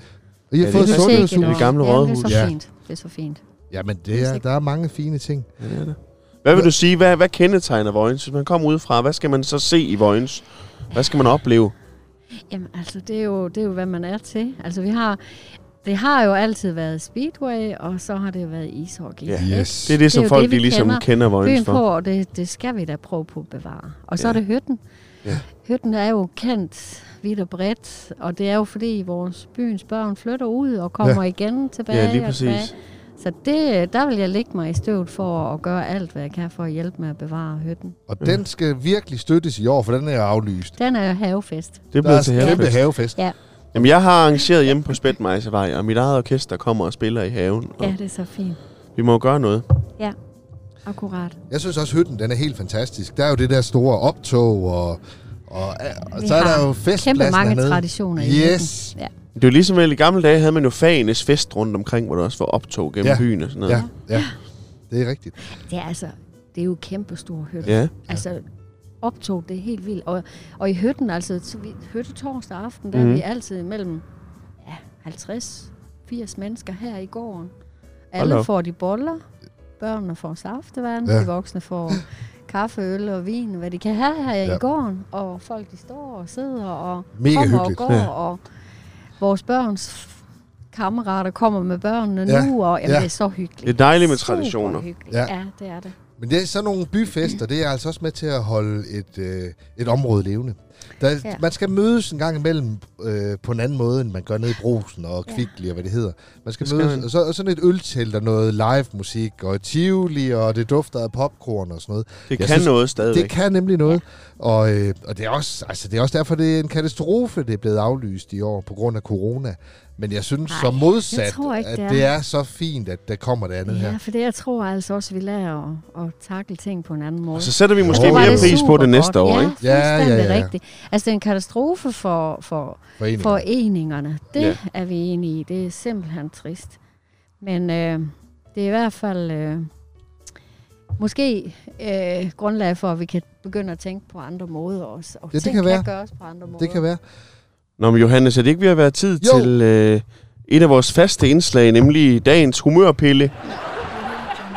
S2: Og I har
S1: Ja,
S2: fået
S1: det er
S2: sundhedshus.
S1: Det gamle
S3: Ja,
S1: rådhus.
S3: det er
S2: Ja.
S3: så fint. Det er så fint.
S2: Jamen, det er, der er mange fine ting.
S1: det, er det. Hvad vil du sige? Hvad, hvad kendetegner Vojens? Hvis man kommer udefra, hvad skal man så se i Vojens? Hvad skal man opleve?
S3: Jamen, altså, det er, jo, det er jo, hvad man er til. Altså, vi har... Det har jo altid været Speedway, og så har det jo været ishockey.
S1: Ja.
S3: ikke?
S2: Yes.
S1: Det er det, som
S3: jo
S1: folk
S3: det, vi
S1: de ligesom kender,
S3: kender.
S1: kender Vojens
S3: byen
S1: for.
S3: på, og det, det skal vi da prøve på at bevare. Og
S1: Ja.
S3: så er det hytten.
S1: Ja.
S3: Hytten er jo kendt vidt og bredt, og det er jo fordi vores byens børn flytter ud og kommer ja. igen tilbage.
S1: Ja, lige
S3: og
S1: præcis.
S3: tilbage. Så det, der vil jeg lægge mig i støvet for at gøre alt, hvad jeg kan for at hjælpe med at bevare hytten.
S2: Og
S1: Øh.
S2: den skal virkelig støttes i år, for den er aflyst.
S3: Den er jo havefest.
S1: Det
S2: Der
S1: bliver til
S2: er kæmpe
S1: havefest.
S2: havefest.
S3: Ja,
S1: Jamen, jeg har arrangeret hjemme på Spætmejsevej, og mit eget orkester kommer og spiller i haven. Og
S3: ja det er så fint.
S1: Vi må jo gøre noget.
S3: Ja, akkurat.
S2: Jeg synes også, hytten den er helt fantastisk. Der er jo det der store optog, og, og, og
S3: Vi
S2: så er
S3: har
S2: der jo festpladsen
S3: Kæmpe mange
S2: hernede.
S3: traditioner i
S2: Yes.
S3: hytten. Ja.
S1: Det er jo ligesom vel, i gamle dage havde man jo fagenes fest rundt omkring, hvor der også var optog gennem
S2: Ja.
S1: byen og sådan noget.
S2: Ja, ja. Det er rigtigt.
S3: Det er altså, det er jo kæmpe stor hytte.
S1: ja.
S3: Altså, optog det er helt vildt. Og, og i hytten, altså, så vi, hytte torsdag aften, der
S1: Mhm.
S3: er vi altid mellem ja, 50-80 mennesker her i gården. Alle
S1: op.
S3: får de boller, børnene får saftevand,
S2: Ja.
S3: ja. de voksne
S1: (laughs)
S3: får kaffe, øl og vin, hvad de kan have her ja.
S2: Ja.
S3: i gården. Og folk, de står og sidder og
S2: Mega
S3: kommer
S2: hyggeligt.
S3: og går,
S1: Ja.
S3: og vores børns f- kammerater kommer med børnene
S2: Ja.
S3: ja. nu, og jamen,
S2: Ja.
S3: det er så hyggeligt.
S1: Det er dejligt med traditioner.
S3: Superhyggeligt.
S2: Ja.
S3: ja, det er det.
S2: Men det er sådan nogle byfester, det er altså også med til at holde et, øh, et område levende. Der, ja.
S3: Ja.
S2: Man skal mødes en gang imellem øh, på en anden måde, end man gør nede i brusen og kvickly og hvad det hedder. Man skal,
S1: Det skal
S2: mødes,
S1: man.
S2: og, så, og sådan et øltelt og noget live musik og et tivoli, og det dufter af popcorn og sådan noget.
S1: Det
S2: Jeg
S1: kan
S2: synes,
S1: noget stadigvæk.
S2: Det kan nemlig noget. Og, øh, og det, er også, altså, det er også derfor, det er en katastrofe, det er blevet aflyst i år på grund af corona. Men jeg synes
S3: Ej,
S2: så modsat,
S3: jeg tror ikke,
S2: at
S3: det er.
S2: det er så fint, at der kommer det andet
S3: Ja,
S2: her.
S3: for det jeg tror altså også, vi lærer at, at takle ting på en anden måde.
S1: Og så sætter vi måske
S2: Jo.
S3: var
S1: mere
S2: det
S1: pris på det
S3: supergodt.
S1: næste år,
S3: ja,
S1: ikke?
S2: Ja, ja,
S3: fuldstændig
S2: ja, ja.
S3: rigtigt. Altså, det er en katastrofe for, for
S2: Foreninger.
S3: foreningerne. Det
S1: Ja.
S3: ja. er vi enige i. Det er simpelthen trist. Men øh, det er i hvert fald øh, måske øh, grundlag for, at vi kan begynde at tænke på andre måder også. Og
S2: Ja, det
S3: ting
S2: kan være.
S3: gøres på andre måder.
S2: Det kan være.
S1: Nå, men Johannes, er det ikke ved at være tid
S2: Jo.
S1: til øh, et af vores faste indslag, nemlig dagens humørpille?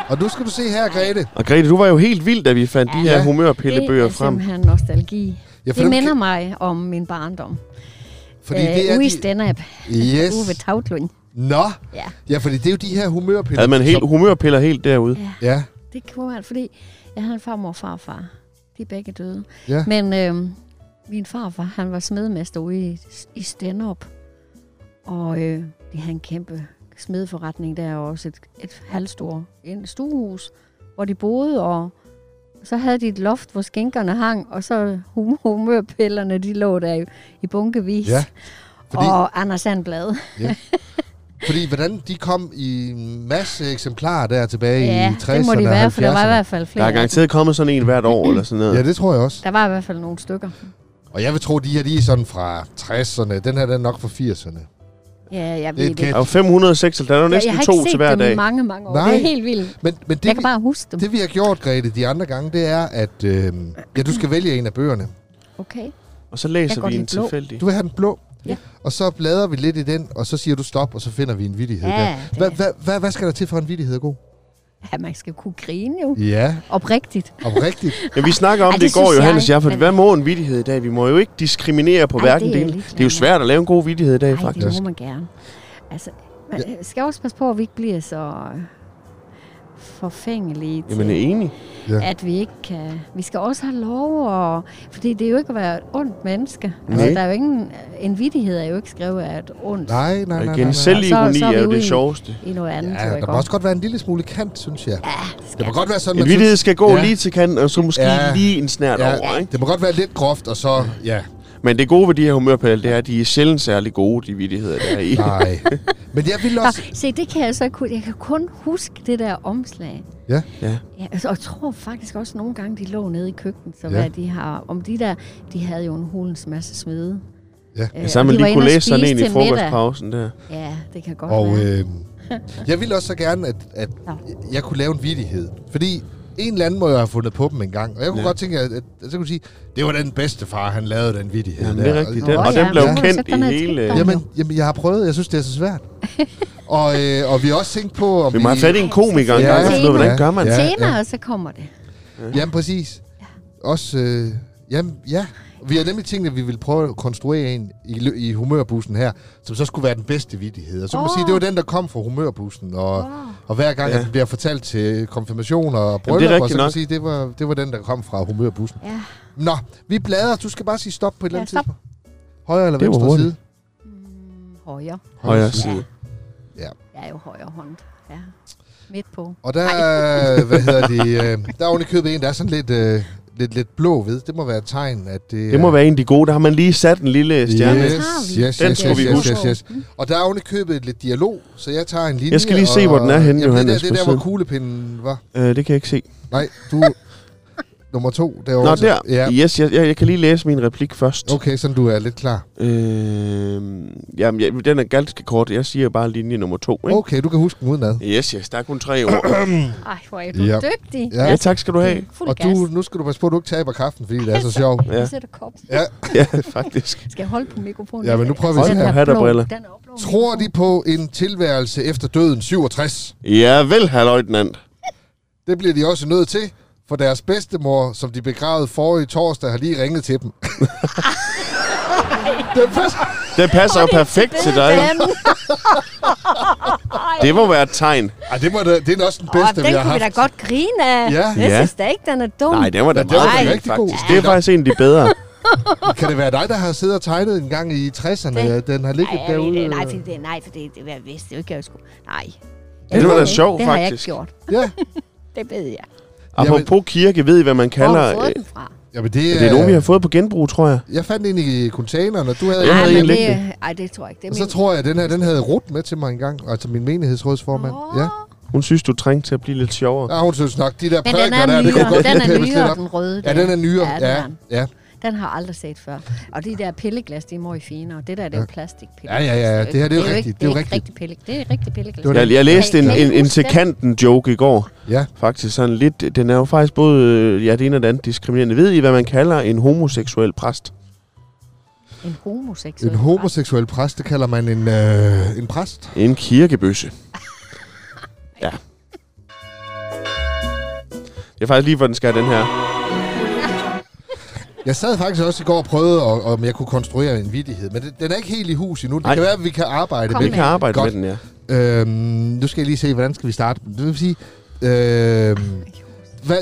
S2: Og nu skal du se her, Grete.
S1: Og Grete, du var jo helt vild, da vi fandt de
S3: Ja.
S1: her
S3: det
S1: humørpillebøger
S3: er
S1: frem.
S3: simpelthen nostalgi.
S2: Ja,
S3: Det minder mig om min barndom. Øh,
S2: fordi det er
S3: ude
S2: de,
S3: i Stenab,
S2: yes.
S3: ude ved Tavtlund.
S2: Nå,
S3: Ja.
S2: ja, fordi det er jo de her humørpiller.
S1: Havde man helt
S2: som-
S1: humørpiller helt derude?
S3: Ja.
S2: Ja,
S3: Det kunne man, fordi jeg havde en farmor og farfar. De er begge døde.
S2: Ja.
S3: Men øh, min farfar, han var smedmester ude i, i Stenop. Og øh, det havde en kæmpe smedforretning der, og også et, et halvstort en stuehus, hvor de boede, og så havde de et loft, hvor skænkerne hang, og så hum- humørpillerne, de lå der i, i bunkevis.
S2: Ja, fordi-
S3: Fordi... Og Anders Sandblad.
S2: fordi hvordan de kom i en masse eksemplarer der tilbage i
S3: Ja,
S2: 60'erne
S3: det må de være, for der var i hvert fald
S1: Der
S3: flere.
S1: er
S3: af dem.
S1: garanteret kommet sådan en hvert år, eller sådan noget.
S2: Ja, det tror jeg også.
S3: der var i hvert fald nogle stykker.
S2: Og jeg vil tro, de her de er sådan fra 60'erne. Den her den er nok fra 80'erne.
S3: Ja, jeg
S2: Det er
S3: ved
S2: et
S3: det.
S1: Der er jo 506, der er jo
S3: jeg
S1: næsten
S3: har
S1: to
S3: ikke
S1: til
S3: set
S1: hver
S3: dem i
S1: dag.
S3: mange, mange år.
S2: Nej.
S3: Nej. Det er helt vildt.
S2: Men, men det,
S3: jeg
S2: vi,
S3: kan bare huske dem.
S2: det vi har gjort, Grete, de andre gange, det er, at øh, ja, du skal vælge en af bøgerne.
S3: Okay.
S1: Og så
S3: Jeg
S1: læser
S3: kan godt
S1: vi en
S3: lide blå.
S1: tilfældig.
S2: Du vil have den blå.
S3: Ja.
S2: Og så bladrer vi lidt i den, og så siger du stop, og så finder vi en vittighed
S3: Ja,
S2: der.
S3: det-
S2: Hva, hva, hva, hvad skal der til for en vittighed er god?
S3: Ja, man skal kunne grine jo.
S2: Ja,
S3: Oprigtigt.
S2: oprigtigt.
S1: Men vi snakker om
S3: Ej,
S1: det i
S3: det
S1: går,
S3: synes
S1: Johannes og
S3: jeg,
S1: jeg, for
S3: men-
S1: hvad må en vittighed i dag? Vi må jo ikke diskriminere på
S3: Ej,
S1: hverken
S3: det er jeg
S1: dele.
S3: ligeglad
S1: Det er jo
S3: med.
S1: svært at lave en god vittighed i dag,
S3: Nej,
S1: faktisk.
S3: det må man gerne. Altså, man skal også passe på, at vi ikke bliver så øh, forfængelige til,
S1: Jamen, jeg er enig.
S3: at vi ikke kan... Vi skal også have lov, og, fordi det er jo ikke at være et ondt menneske. Altså,
S1: Nej.
S3: der er jo ingen, en vittighed er jo ikke skrevet af et ondt
S2: Nej, nej, nej.
S1: Og
S2: nej,
S1: igen,
S2: nej.
S1: selvironi
S3: Så- så er vi
S1: er jo
S3: ude
S1: det
S3: i-
S1: sjoveste.
S3: i noget andet.
S2: Ja,
S3: jo,
S2: der
S3: ikke
S2: må også
S3: også?
S2: godt være en lille smule kant, synes jeg.
S3: Ja, det
S2: Det
S3: skal
S2: må godt være sådan,
S1: En
S2: man
S1: vittighed skal gå
S2: Ja.
S1: lige til kanten, og så måske
S2: Ja.
S1: lige en snært over, ikke?
S2: det må godt være lidt groft, og så... Ja,
S1: Men det gode ved de her humørpæl, det er, at de er sjældent særlig gode, de vittigheder, der er i.
S3: (laughs)
S2: Nej. Men jeg vil også...
S3: Nå, se, det kan jeg så kun, jeg kan kun huske det der omslag.
S2: Ja.
S1: Ja.
S3: ja altså, og jeg tror faktisk også nogle gange, de lå nede i køkkenet, så
S2: Ja.
S3: ja. hvad de har, om de der, de havde jo en hulens masse smede.
S2: Ja.
S3: Øh,
S1: Ja, så har man
S3: og de var
S1: lige kunne
S3: inde og
S1: læse sådan
S3: spise
S1: en i
S3: til middag.
S1: frokostpausen der.
S3: Ja, det kan godt
S2: Og
S3: være. (laughs)
S2: øh, jeg ville også så gerne, at, at
S3: Nå.
S2: jeg kunne lave en vidighed. Fordi en eller anden må jo have fundet på dem en gang. Og jeg kunne
S1: Ja.
S2: ja. godt tænke, at, at, at så kunne jeg sige, det var den bedste far, han lavede den vidighed.
S1: Jamen,
S2: der.
S1: det er rigtigt. Den,
S3: Nå,
S1: og
S3: ja,
S1: den blev
S3: men så
S1: kendt
S3: kan
S1: i
S3: man
S1: hele...
S3: tænke
S1: øh,
S3: over-
S2: Jamen, jamen, jeg har prøvet. Jeg synes, det er så
S3: (laughs)
S2: svært. og, øh, og vi har også tænkt på... Om
S1: Vi må have fat i en komiker
S3: Ja.
S1: engang. Ja. Hvordan gør man?
S2: Ja,
S3: Ja,
S2: ja.
S3: Senere, ja. så kommer det.
S2: Jamen, præcis. Også... Øh, jamen, ja. Vi har nemlig tænkt, at vi ville prøve at konstruere en i, lø- i humørbussen her, som så skulle være den bedste vidighed. Og så kan man
S3: Åh.
S2: sige, at det var den, der kom fra humørbussen. Og, og hver gang,
S1: Ja.
S2: ja. at den bliver fortalt til konfirmationer og
S1: Jamen, det er
S2: bryllupper, så
S1: rigtigt
S2: kan man
S1: nok.
S2: sige, at det var, det var den, der kom fra humørbussen.
S3: Ja.
S2: Nå, vi bladrer. Du skal bare sige stop på et eller
S3: Ja,
S2: andet
S3: stop.
S2: tidspunkt. Højre eller
S1: Det var
S2: venstre
S1: hurtigt.
S2: side?
S3: Mm, højre.
S1: Højre side.
S3: Jeg er jo højre hånd. Ja. Midt på.
S2: Og der, er, hvad hedder det, øh, der er oven i købet en, der er sådan lidt, øh, lidt, lidt blå ved. Det må være et tegn, at det
S1: Det må være en af de gode. Der har man lige sat en lille stjerne.
S2: Yes,
S3: Den tager
S2: yes,
S3: vi. Mm.
S2: yes,
S1: Den
S2: yes,
S1: skulle vi
S2: yes,
S1: huske.
S2: yes, yes. Og der er oven i købet lidt dialog, så jeg tager en linje.
S1: Jeg skal lige se,
S2: og,
S1: hvor den er henne,
S2: Jamen,
S1: Johannes,
S2: Det er
S1: på
S2: der, det er der,
S1: siden.
S2: hvor kuglepinden var.
S1: Øh, det kan jeg ikke se.
S2: Nej, du... nummer to derovre.
S1: Nå,
S2: så-
S1: der.
S2: Ja.
S1: Yes, jeg, jeg, jeg kan lige læse min replik først.
S2: Okay, sådan du er lidt klar.
S1: Øh, jamen, ja, den er ganske kort. Jeg siger bare linje nummer to, ikke?
S2: Okay, du kan huske den udenad.
S1: Yes, yes, der er kun tre ord.
S3: Ej, hvor er du
S2: Ja.
S3: ja. dygtig.
S2: Ja.
S1: (clears throat) Ja, tak skal du have.
S3: Fuld
S2: Og
S3: gas.
S2: du, nu skal du passe på, at du ikke taber kraften, fordi det er så sjovt.
S1: Ja,
S3: Jeg sætter koppen.
S1: ja faktisk.
S3: Skal jeg holde på mikrofonen?
S2: Ja, men nu prøver vi
S1: at
S3: den
S1: se.
S3: er
S1: Hat og
S3: blå.
S1: briller.
S3: Den er blå.
S2: Tror de på en tilværelse efter døden 67?
S1: Ja, vel, herr løjtnant.
S2: Det bliver de også nødt til, for deres bedstemor, som de begravede forrige torsdag, har lige ringet til dem. det er først...
S1: Den passer jo perfekt til dig. Det må være et tegn.
S2: Ej, det, var da, det er også den
S3: Åh,
S2: bedste,
S3: den
S2: vi har
S3: kunne vi
S2: haft.
S3: da godt grine af.
S2: Ja.
S3: Jeg
S1: Ja.
S3: synes da ikke, den er dum.
S1: Nej, den var da
S2: Ja, det var
S1: meget
S2: da
S1: fint,
S2: rigtig god.
S1: faktisk. Det er faktisk en af de (laughs) bedre.
S2: Kan det være dig, der har siddet og tegnet en gang i 60'erne?
S3: Det-
S2: at Den har ligget
S3: nej,
S2: derude.
S3: det- nej, for det, nej, for det, det var jeg vidste. Det kan jeg sgu. Nej.
S1: Ja, det var da
S3: ikke.
S1: sjovt,
S3: Det har jeg
S1: faktisk.
S3: ikke gjort.
S2: Ja,
S3: Det ved jeg.
S1: Apropos kirke, ved I, hvad man
S3: Hvor har
S1: kalder...
S3: du
S1: øh,
S3: fået den fra?
S2: Jamen, det,
S1: Det er nogen, vi har fået på genbrug, tror jeg.
S2: Jeg fandt en i containeren, og du havde...
S1: Jeg
S3: Ej,
S1: havde
S3: men
S1: en
S3: det,
S1: liggende.
S3: ej, det tror jeg ikke. Det er
S2: Og så
S3: min-
S2: tror jeg, at den her, den havde Rut med til mig engang. Altså min menighedsrådsformand.
S3: Åh.
S2: Ja.
S1: Hun synes, du trængte til at blive lidt sjovere.
S2: ja, hun synes nok, de der
S3: Men den
S2: prædikener
S3: er
S2: der, (laughs) det kunne
S3: nyere.
S2: godt
S3: Den er
S2: være, at
S3: nyere,
S2: stiller op.
S3: den røde.
S2: Ja,
S3: der.
S2: den er nyere.
S3: Ja, den,
S2: Ja,
S3: er den.
S2: ja.
S3: den har jeg aldrig set før. Og de der pilleglas, de er møg fine, og det der, det er jo plastikpilleglas.
S2: Ja, ja, ja, ja. Det her, det er jo
S3: ikke-
S2: rigtigt.
S3: Det er jo
S2: rigtigt.
S3: ikke rigtig pille. Det er rigtig pilleglas.
S2: Det var
S1: Jeg, jeg læste en,
S3: Kan I- kan
S1: en,
S3: I
S1: en
S3: huske
S1: til
S3: den?
S1: kanten joke i går.
S2: ja.
S1: Faktisk sådan lidt. Den er jo faktisk både øh, ja, det ene og det andet diskriminerende. Ved I, hvad man kalder en homoseksuel præst?
S3: En homoseksuel.
S2: En homoseksuel præst, det kalder man en, øh, en præst.
S1: En kirkebøsse. Ja. Det er faktisk lige, hvor den skal have den her.
S2: Jeg sad faktisk også i går og prøvede, og, om jeg kunne konstruere en vidighed, men det, den er ikke helt i hus endnu. Det
S1: Nej.
S2: kan være, at vi kan arbejde
S3: Kom
S2: med
S1: Vi kan arbejde
S2: Godt.
S1: med den, ja.
S2: Øhm, nu skal jeg lige se, hvordan skal vi starte? Det vil sige, øhm, hvad,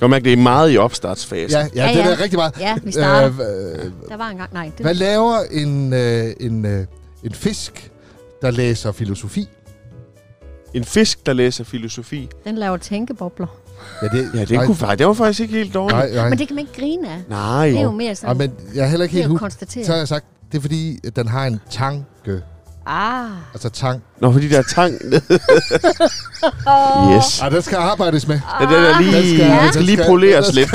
S1: Kom mærke, det er meget i opstartsfasen.
S2: ja,
S1: Ja.
S2: ja,
S3: Ja,
S2: det
S3: ja.
S2: er rigtig meget.
S3: Ja, vi starter.
S2: Øh, hva-
S3: Der var engang, nej. Det,
S2: hvad laver en, øh, en, øh, en fisk, der læser filosofi?
S1: En fisk, der læser filosofi.
S3: den laver tænkebobler.
S2: Ja, det,
S1: Ja, det, kunne, fa- det var faktisk ikke helt dårligt.
S2: Nej, nej.
S3: Men det kan man ikke grine af.
S1: Nej.
S3: Det er jo mere sådan,
S2: Ej, men jeg er heller ikke
S3: det er
S2: helt
S3: jo
S2: hu-
S3: konstateret.
S2: Så har jeg sagt, det er fordi, at den har en tanke.
S3: Ah.
S2: Altså tang.
S1: Nå, fordi der er
S2: (laughs)
S1: tang nede. yes.
S2: Ej, den Ah, skal arbejdes med.
S1: Ja, den er lige,
S2: Den skal-
S1: den
S2: den
S1: skal lige
S2: skal-
S1: poleres
S2: den
S1: lidt.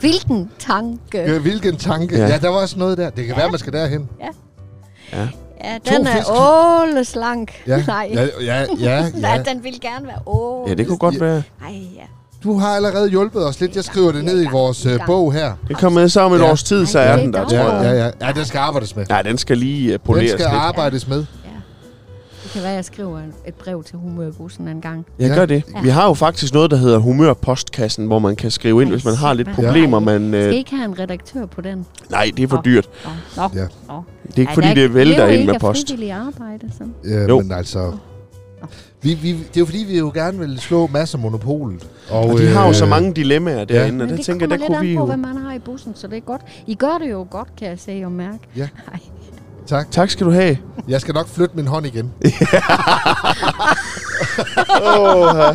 S3: Hvilken tanke.
S2: Øh, Hvilken tanke?
S1: Ja.
S2: Ja. ja, der var også noget der. Det kan være, man skal derhen.
S3: Ja,
S2: To
S3: den er
S2: fisk.
S3: åleslank.
S2: Ja,
S3: (laughs) Nej.
S2: ja, ja.
S3: (laughs)
S2: ja,
S3: Ja,
S2: ja.
S3: den vil gerne være åh.
S1: Ja, det kunne godt være.
S3: Ej, ja.
S2: Du har allerede hjulpet os lidt. Jeg skriver det ned i vores øh, bog her.
S1: Det kom med så om et
S2: Ja.
S1: års tid, så
S3: Ej,
S1: er
S3: det
S1: den
S3: er
S1: der,
S3: dog.
S1: tror jeg.
S2: Ja, ja. ja den skal arbejdes med.
S1: Nej, den skal lige øh,
S2: Den
S1: poleres
S2: skal
S1: lidt.
S2: arbejdes med.
S3: Det kan være, jeg skriver en- et brev til humørbussen en gang.
S1: Jeg
S2: Ja.
S1: gør det. Vi har jo faktisk noget, der hedder humørpostkassen, hvor man kan skrive ind,
S3: Ej,
S1: hvis man har lidt
S3: simpelthen.
S1: problemer.
S3: Ja.
S1: Man,
S3: Skal
S1: øh,
S3: I ikke have en redaktør på den?
S1: nej, det er for
S3: Nå.
S1: dyrt.
S3: Nå,
S2: Ja.
S3: nå, nå.
S1: Det er ikke,
S3: Ej,
S1: fordi
S3: der
S1: det vælter
S3: lever
S1: ind med
S3: ikke af
S1: post.
S3: frivilligt arbejde, så.
S2: Ja,
S1: Jo.
S2: jo. men altså... Vi, vi, det er jo fordi, vi jo gerne vil slå masser af monopolet. øh,
S1: Og de har jo så mange dilemmaer derinde, og
S3: Men
S1: det
S3: det
S1: tænker jeg,
S3: kommer
S1: der kunne vi
S3: lidt an på, hvad
S1: jo...
S3: man har i bussen, så det er godt. I gør det jo godt, kan jeg se og mærke.
S2: Ja.
S3: (laughs) Ej,
S2: Tak.
S1: Tak skal du have.
S2: Jeg skal nok flytte min hånd igen.
S1: Åh,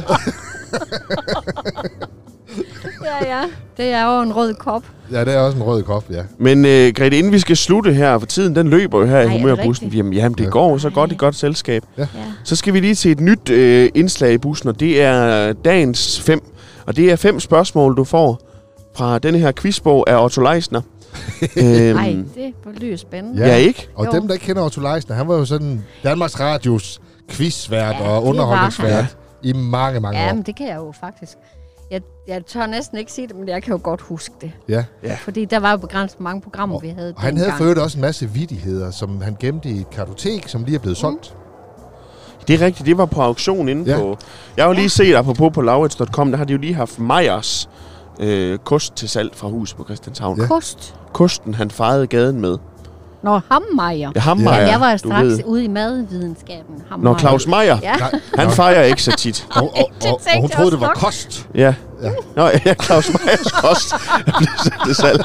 S3: Ja, ja. Det er jo en rød kop.
S2: Ja, det er også en rød kop, ja.
S1: Men øh, Grete, inden vi skal slutte her, for tiden den løber jo her
S3: Nej,
S1: i
S3: er det
S1: humørbussen.
S3: rigtigt?
S1: Jamen, jamen, det
S2: Ja.
S1: går jo så
S3: Ej.
S1: godt i godt selskab.
S3: Ja.
S1: Så skal vi lige til et nyt øh, indslag i bussen, og det er dagens fem. Og det er fem spørgsmål, du får fra denne her quizbog af Otto
S3: (laughs)
S1: Leisner. øhm,
S3: Ej, det lyder spændende.
S1: Ja, ikke?
S2: Og
S3: Jo.
S2: dem, der ikke kender Otto Leisner, han var jo sådan Danmarks Radios quizvært
S3: Ja,
S2: ja, og
S3: det
S2: underholdningsvært i mange, mange
S3: Ja,
S2: år.
S3: men det kan jeg jo faktisk. Jeg, jeg tør næsten ikke sige det, men jeg kan jo godt huske det.
S2: Ja.
S3: Fordi der var jo begrænset mange programmer,
S2: Og-
S3: vi havde
S2: Og han havde
S3: dengang.
S2: for øvrigt også en masse vidigheder, som han gemte i et kartotek, som lige er
S3: Mm.
S2: blevet solgt.
S1: Det er rigtigt, det var på auktion inde ja.
S2: Ja.
S1: på... Jeg har jo lige set, apropos på lavets.com, der har de jo lige haft Meyers øh, kost til salg fra hus på Christianshavn. Ja.
S2: Ja.
S3: Kost.
S1: Kosten, han fejrede gaden med.
S3: Nå, ham Meier.
S1: Ja, ham
S2: Ja.
S1: Meyer,
S3: Ja, jeg var jo
S1: du
S3: straks
S1: ved.
S3: ude i madvidenskaben. Ham
S1: Nå,
S3: Meyer.
S1: Claus Meyer, ja.
S3: Ja.
S2: Nej,
S1: han
S2: nå.
S1: fejrer ikke så tit.
S2: og, og,
S3: Det
S2: og, og,
S3: tænkte
S2: hun
S3: jeg
S2: troede, det
S3: også
S2: var
S3: nok.
S2: kost.
S1: Ja. ja.
S2: Ja.
S1: Nå, ja, Claus Meyers kost er blevet sat til salg.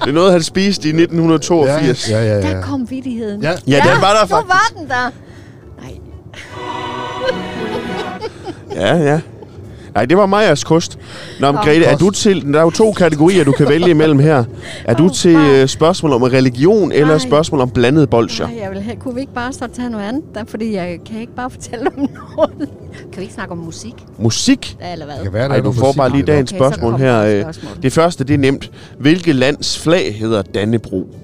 S1: Det er noget, han spiste i 1982. Ja,
S2: Ja,
S1: ja.
S2: ja, ja.
S3: Der
S2: ja.
S3: kom vittigheden.
S2: ja.
S1: ja den var der
S3: nu
S1: faktisk.
S3: var den der. Nej,
S1: Ja, ja. Nej, det var Majers kost. Nå, men Grete, er du til... Der er jo to kategorier, du kan vælge imellem her. Er du til øh, spørgsmål om religion, eller
S3: Nej.
S1: spørgsmål om blandede bolsjer?
S3: nej jeg vil have, kunne vi ikke bare så tage noget andet? Der, fordi jeg kan ikke bare fortælle om noget. Kan vi ikke snakke om musik?
S1: Musik?
S3: Ja, eller hvad?
S2: Det kan være, der
S1: Nej,
S2: er
S1: du
S2: noget
S1: får
S2: musik
S1: bare lige
S2: i det.
S1: dagens
S3: Okay, så
S1: spørgsmål
S3: kom
S1: her.
S3: dagens
S1: øh.
S3: spørgsmål.
S1: Det første, det er nemt. Hvilket lands flag hedder Dannebro?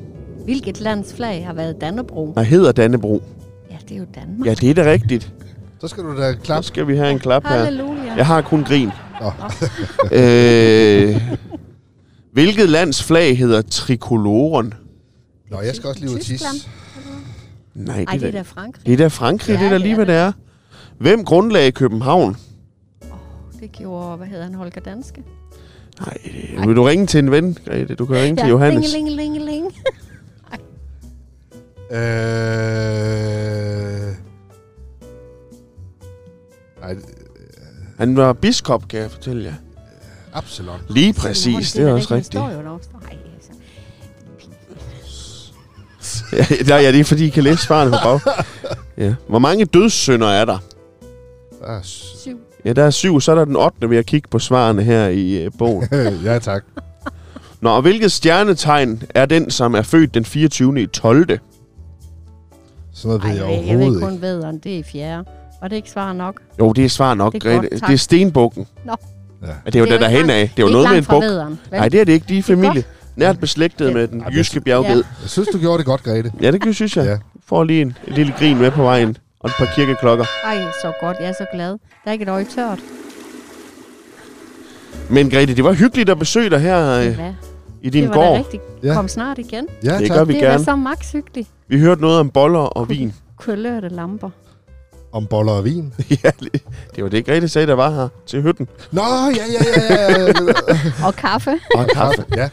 S3: Hvilket lands flag har været Dannebro?
S1: Nej, hedder Dannebro.
S3: Ja, det er jo Danmark.
S1: Ja, det er da rigtigt.
S2: Så skal du da
S1: Så
S2: klappe.
S1: skal vi have en klap her.
S3: Halleluja.
S1: Jeg har kun grin.
S2: Nå.
S1: (laughs) øh, hvilket lands flag hedder Tricoloren?
S2: Nå, jeg skal også lige ud og tisse.
S3: Tyskland.
S1: Nej,
S3: Ej, det er
S1: da-
S3: da Frankrig.
S1: det er da Frankrig,
S3: Ja,
S1: det er da
S3: det
S1: lige,
S3: er
S1: hvad det er. Hvem grundlagde København?
S3: Det gjorde, hvad hedder han, Holger Danske?
S1: Nej, øh, vil du ringe til en ven, Grete? Du kan ringe ja, til Johannes.
S3: Ling, ling, ling, ling.
S2: Øh... Nej,
S1: Han var biskop, kan jeg fortælle jer.
S2: Absalon.
S1: Lige præcis, det er også rigtigt.
S3: Står jo nok. Nej, altså.
S1: (laughs) Ja, nej, ja, det er fordi, I kan læse svarene på bag.
S3: (laughs)
S1: Ja. Hvor mange dødssynder er der?
S2: Ah, s- (laughs)
S3: Syv.
S1: Ja, der er syv, så er der den ottende ved at kigge på svarene her i øh,
S3: (laughs)
S1: bogen.
S2: ja, tak.
S1: Nå, og hvilket stjernetegn er den, som er født den 24. i 12.
S2: Sådan noget
S3: Ej,
S2: ved jeg
S3: jeg, jeg ved
S2: overhovedet ikke.
S3: kun vædderen, det er i fjerde. Var det ikke svar nok?
S1: Jo, det er svar nok,
S3: Det
S1: det
S3: er
S1: er
S3: godt,
S1: Grete.
S3: tak.
S1: det er stenbukken.
S3: Nå.
S2: Ja.
S1: Ja. Det er jo
S3: Det er
S1: den, der
S3: ikke
S1: hen af. Det er jo
S3: Ikke
S1: noget med en
S3: langt fra
S1: buk.
S3: vædderen. vel?
S1: Nej, det er det ikke. De er
S3: Det er
S1: familie. Nært beslægtet med den
S2: Ej, det-
S1: jyske bjergged.
S2: Jeg synes, du gjorde det godt, Grete.
S1: Ja, det synes jeg.
S2: Ja.
S1: Får lige en, en lille grin med på vejen. Og et par kirkeklokker.
S3: Ej, så godt. Jeg er så glad. Der er ikke et øje tørt.
S1: Men Grete, det var hyggeligt at besøge dig her øh,
S3: Hvad?
S1: i din
S3: Det var da
S1: gård.
S3: rigtigt.
S2: Ja.
S3: Kom snart igen.
S2: Ja,
S1: Det
S2: tak.
S1: gør vi
S3: Det var
S1: gerne.
S3: så max hyggeligt.
S1: Vi hørte noget om boller og vin. (laughs)
S3: Kulørte lamper.
S2: Om boller og vin.
S1: ja, det var det, Grete sagde, der var her til hytten.
S2: Nå, ja, ja, ja. ja.
S3: Og kaffe.
S2: og kaffe, ja.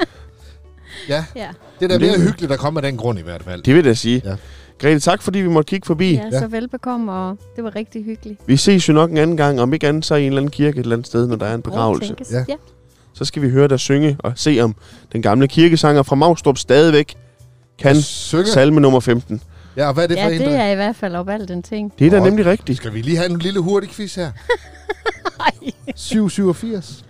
S2: Ja,
S3: Ja,
S2: det er da
S1: Men det-
S2: mere hyggeligt at komme af den grund i hvert fald.
S1: Det vil jeg sige. Ja.
S2: Ja.
S1: Grete, tak fordi vi måtte kigge forbi.
S3: ja
S1: Ja.
S2: Ja.
S3: så velbekomme, og det var rigtig hyggeligt.
S1: Vi ses jo nok en anden gang, om ikke andet så i en eller anden kirke et eller andet sted, når der er en begravelse.
S3: Overtænkes.
S2: Ja.
S3: ja.
S1: Så skal vi høre dig synge og se, om den gamle kirkesanger fra Magstrup stadigvæk kan
S2: Synge.
S1: salme nummer 15.
S2: Ja, og hvad er det
S3: Ja,
S2: for en,
S3: det
S2: der...
S3: er i hvert fald op alt den ting.
S1: Det er da
S2: Hold.
S1: nemlig rigtigt.
S2: Skal vi lige have en lille hurtig quiz
S3: (laughs)
S2: her? 787.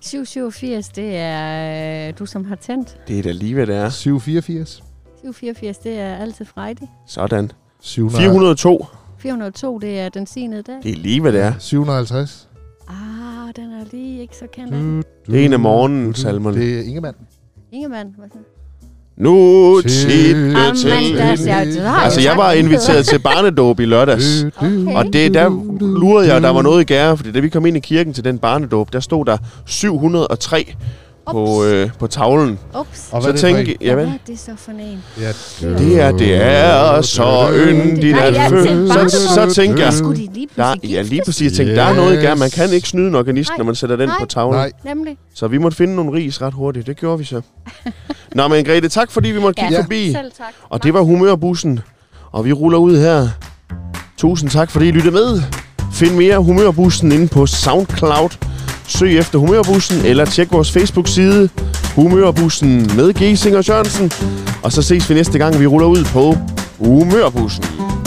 S3: 787, det er øh, du, som har tændt.
S1: Det er da lige, hvad det er.
S2: 784.
S3: 784, det er altid Friday.
S1: Sådan.
S2: 700.
S1: 402.
S3: 402, det er den senede dag.
S1: Det er lige, hvad det er.
S2: 750.
S3: Ah, den er lige ikke så kendt. Mm.
S1: Det er en af morgensalmerne.
S2: Det er Ingemann.
S3: Ingemann, hvad så?
S1: Nu tit det til.
S3: Amandas, ja, det har
S1: Altså, jeg
S3: sagt.
S1: var inviteret til barnedåb i lørdags.
S3: Okay.
S1: Og det, der lurede jeg, at der var noget i gære, fordi da vi kom ind i kirken til den barnedåb, der stod der 703 på,
S3: Ups.
S1: øh, på, tavlen.
S2: Og
S3: Ups.
S1: så
S2: hvad er det for
S1: tænkte
S2: en?
S1: jeg,
S3: Hvad
S1: jamen,
S3: er det så for en?
S2: Ja.
S1: det er, det er så yndigt
S3: Nej,
S1: at
S3: jeg
S1: fø-
S3: tænkte bare-
S1: så, så tænkte jeg,
S3: Skulle de lige
S1: der,
S3: pludselig
S1: ja,
S3: giftes?
S1: lige præcis, jeg tænkte, der er noget i gære. Man kan ikke snyde en organist,
S3: Nej.
S1: når man sætter den
S3: Nej.
S1: på tavlen.
S2: Nej,
S3: Nemlig.
S1: Så vi måtte finde nogle ris ret hurtigt. Det gjorde vi
S3: (laughs)
S1: så. Nå, men Grete, tak fordi vi måtte kigge
S3: Ja.
S1: forbi.
S3: Selv tak.
S1: Og det var Humørbussen. Og vi ruller ud her. Tusind tak, fordi I lyttede med. Find mere Humørbussen inde på SoundCloud. Søg efter Humørbussen, eller tjek vores Facebook-side. Humørbussen med G. Singer Sørensen. Og så ses vi næste gang, vi ruller ud på Humørbussen.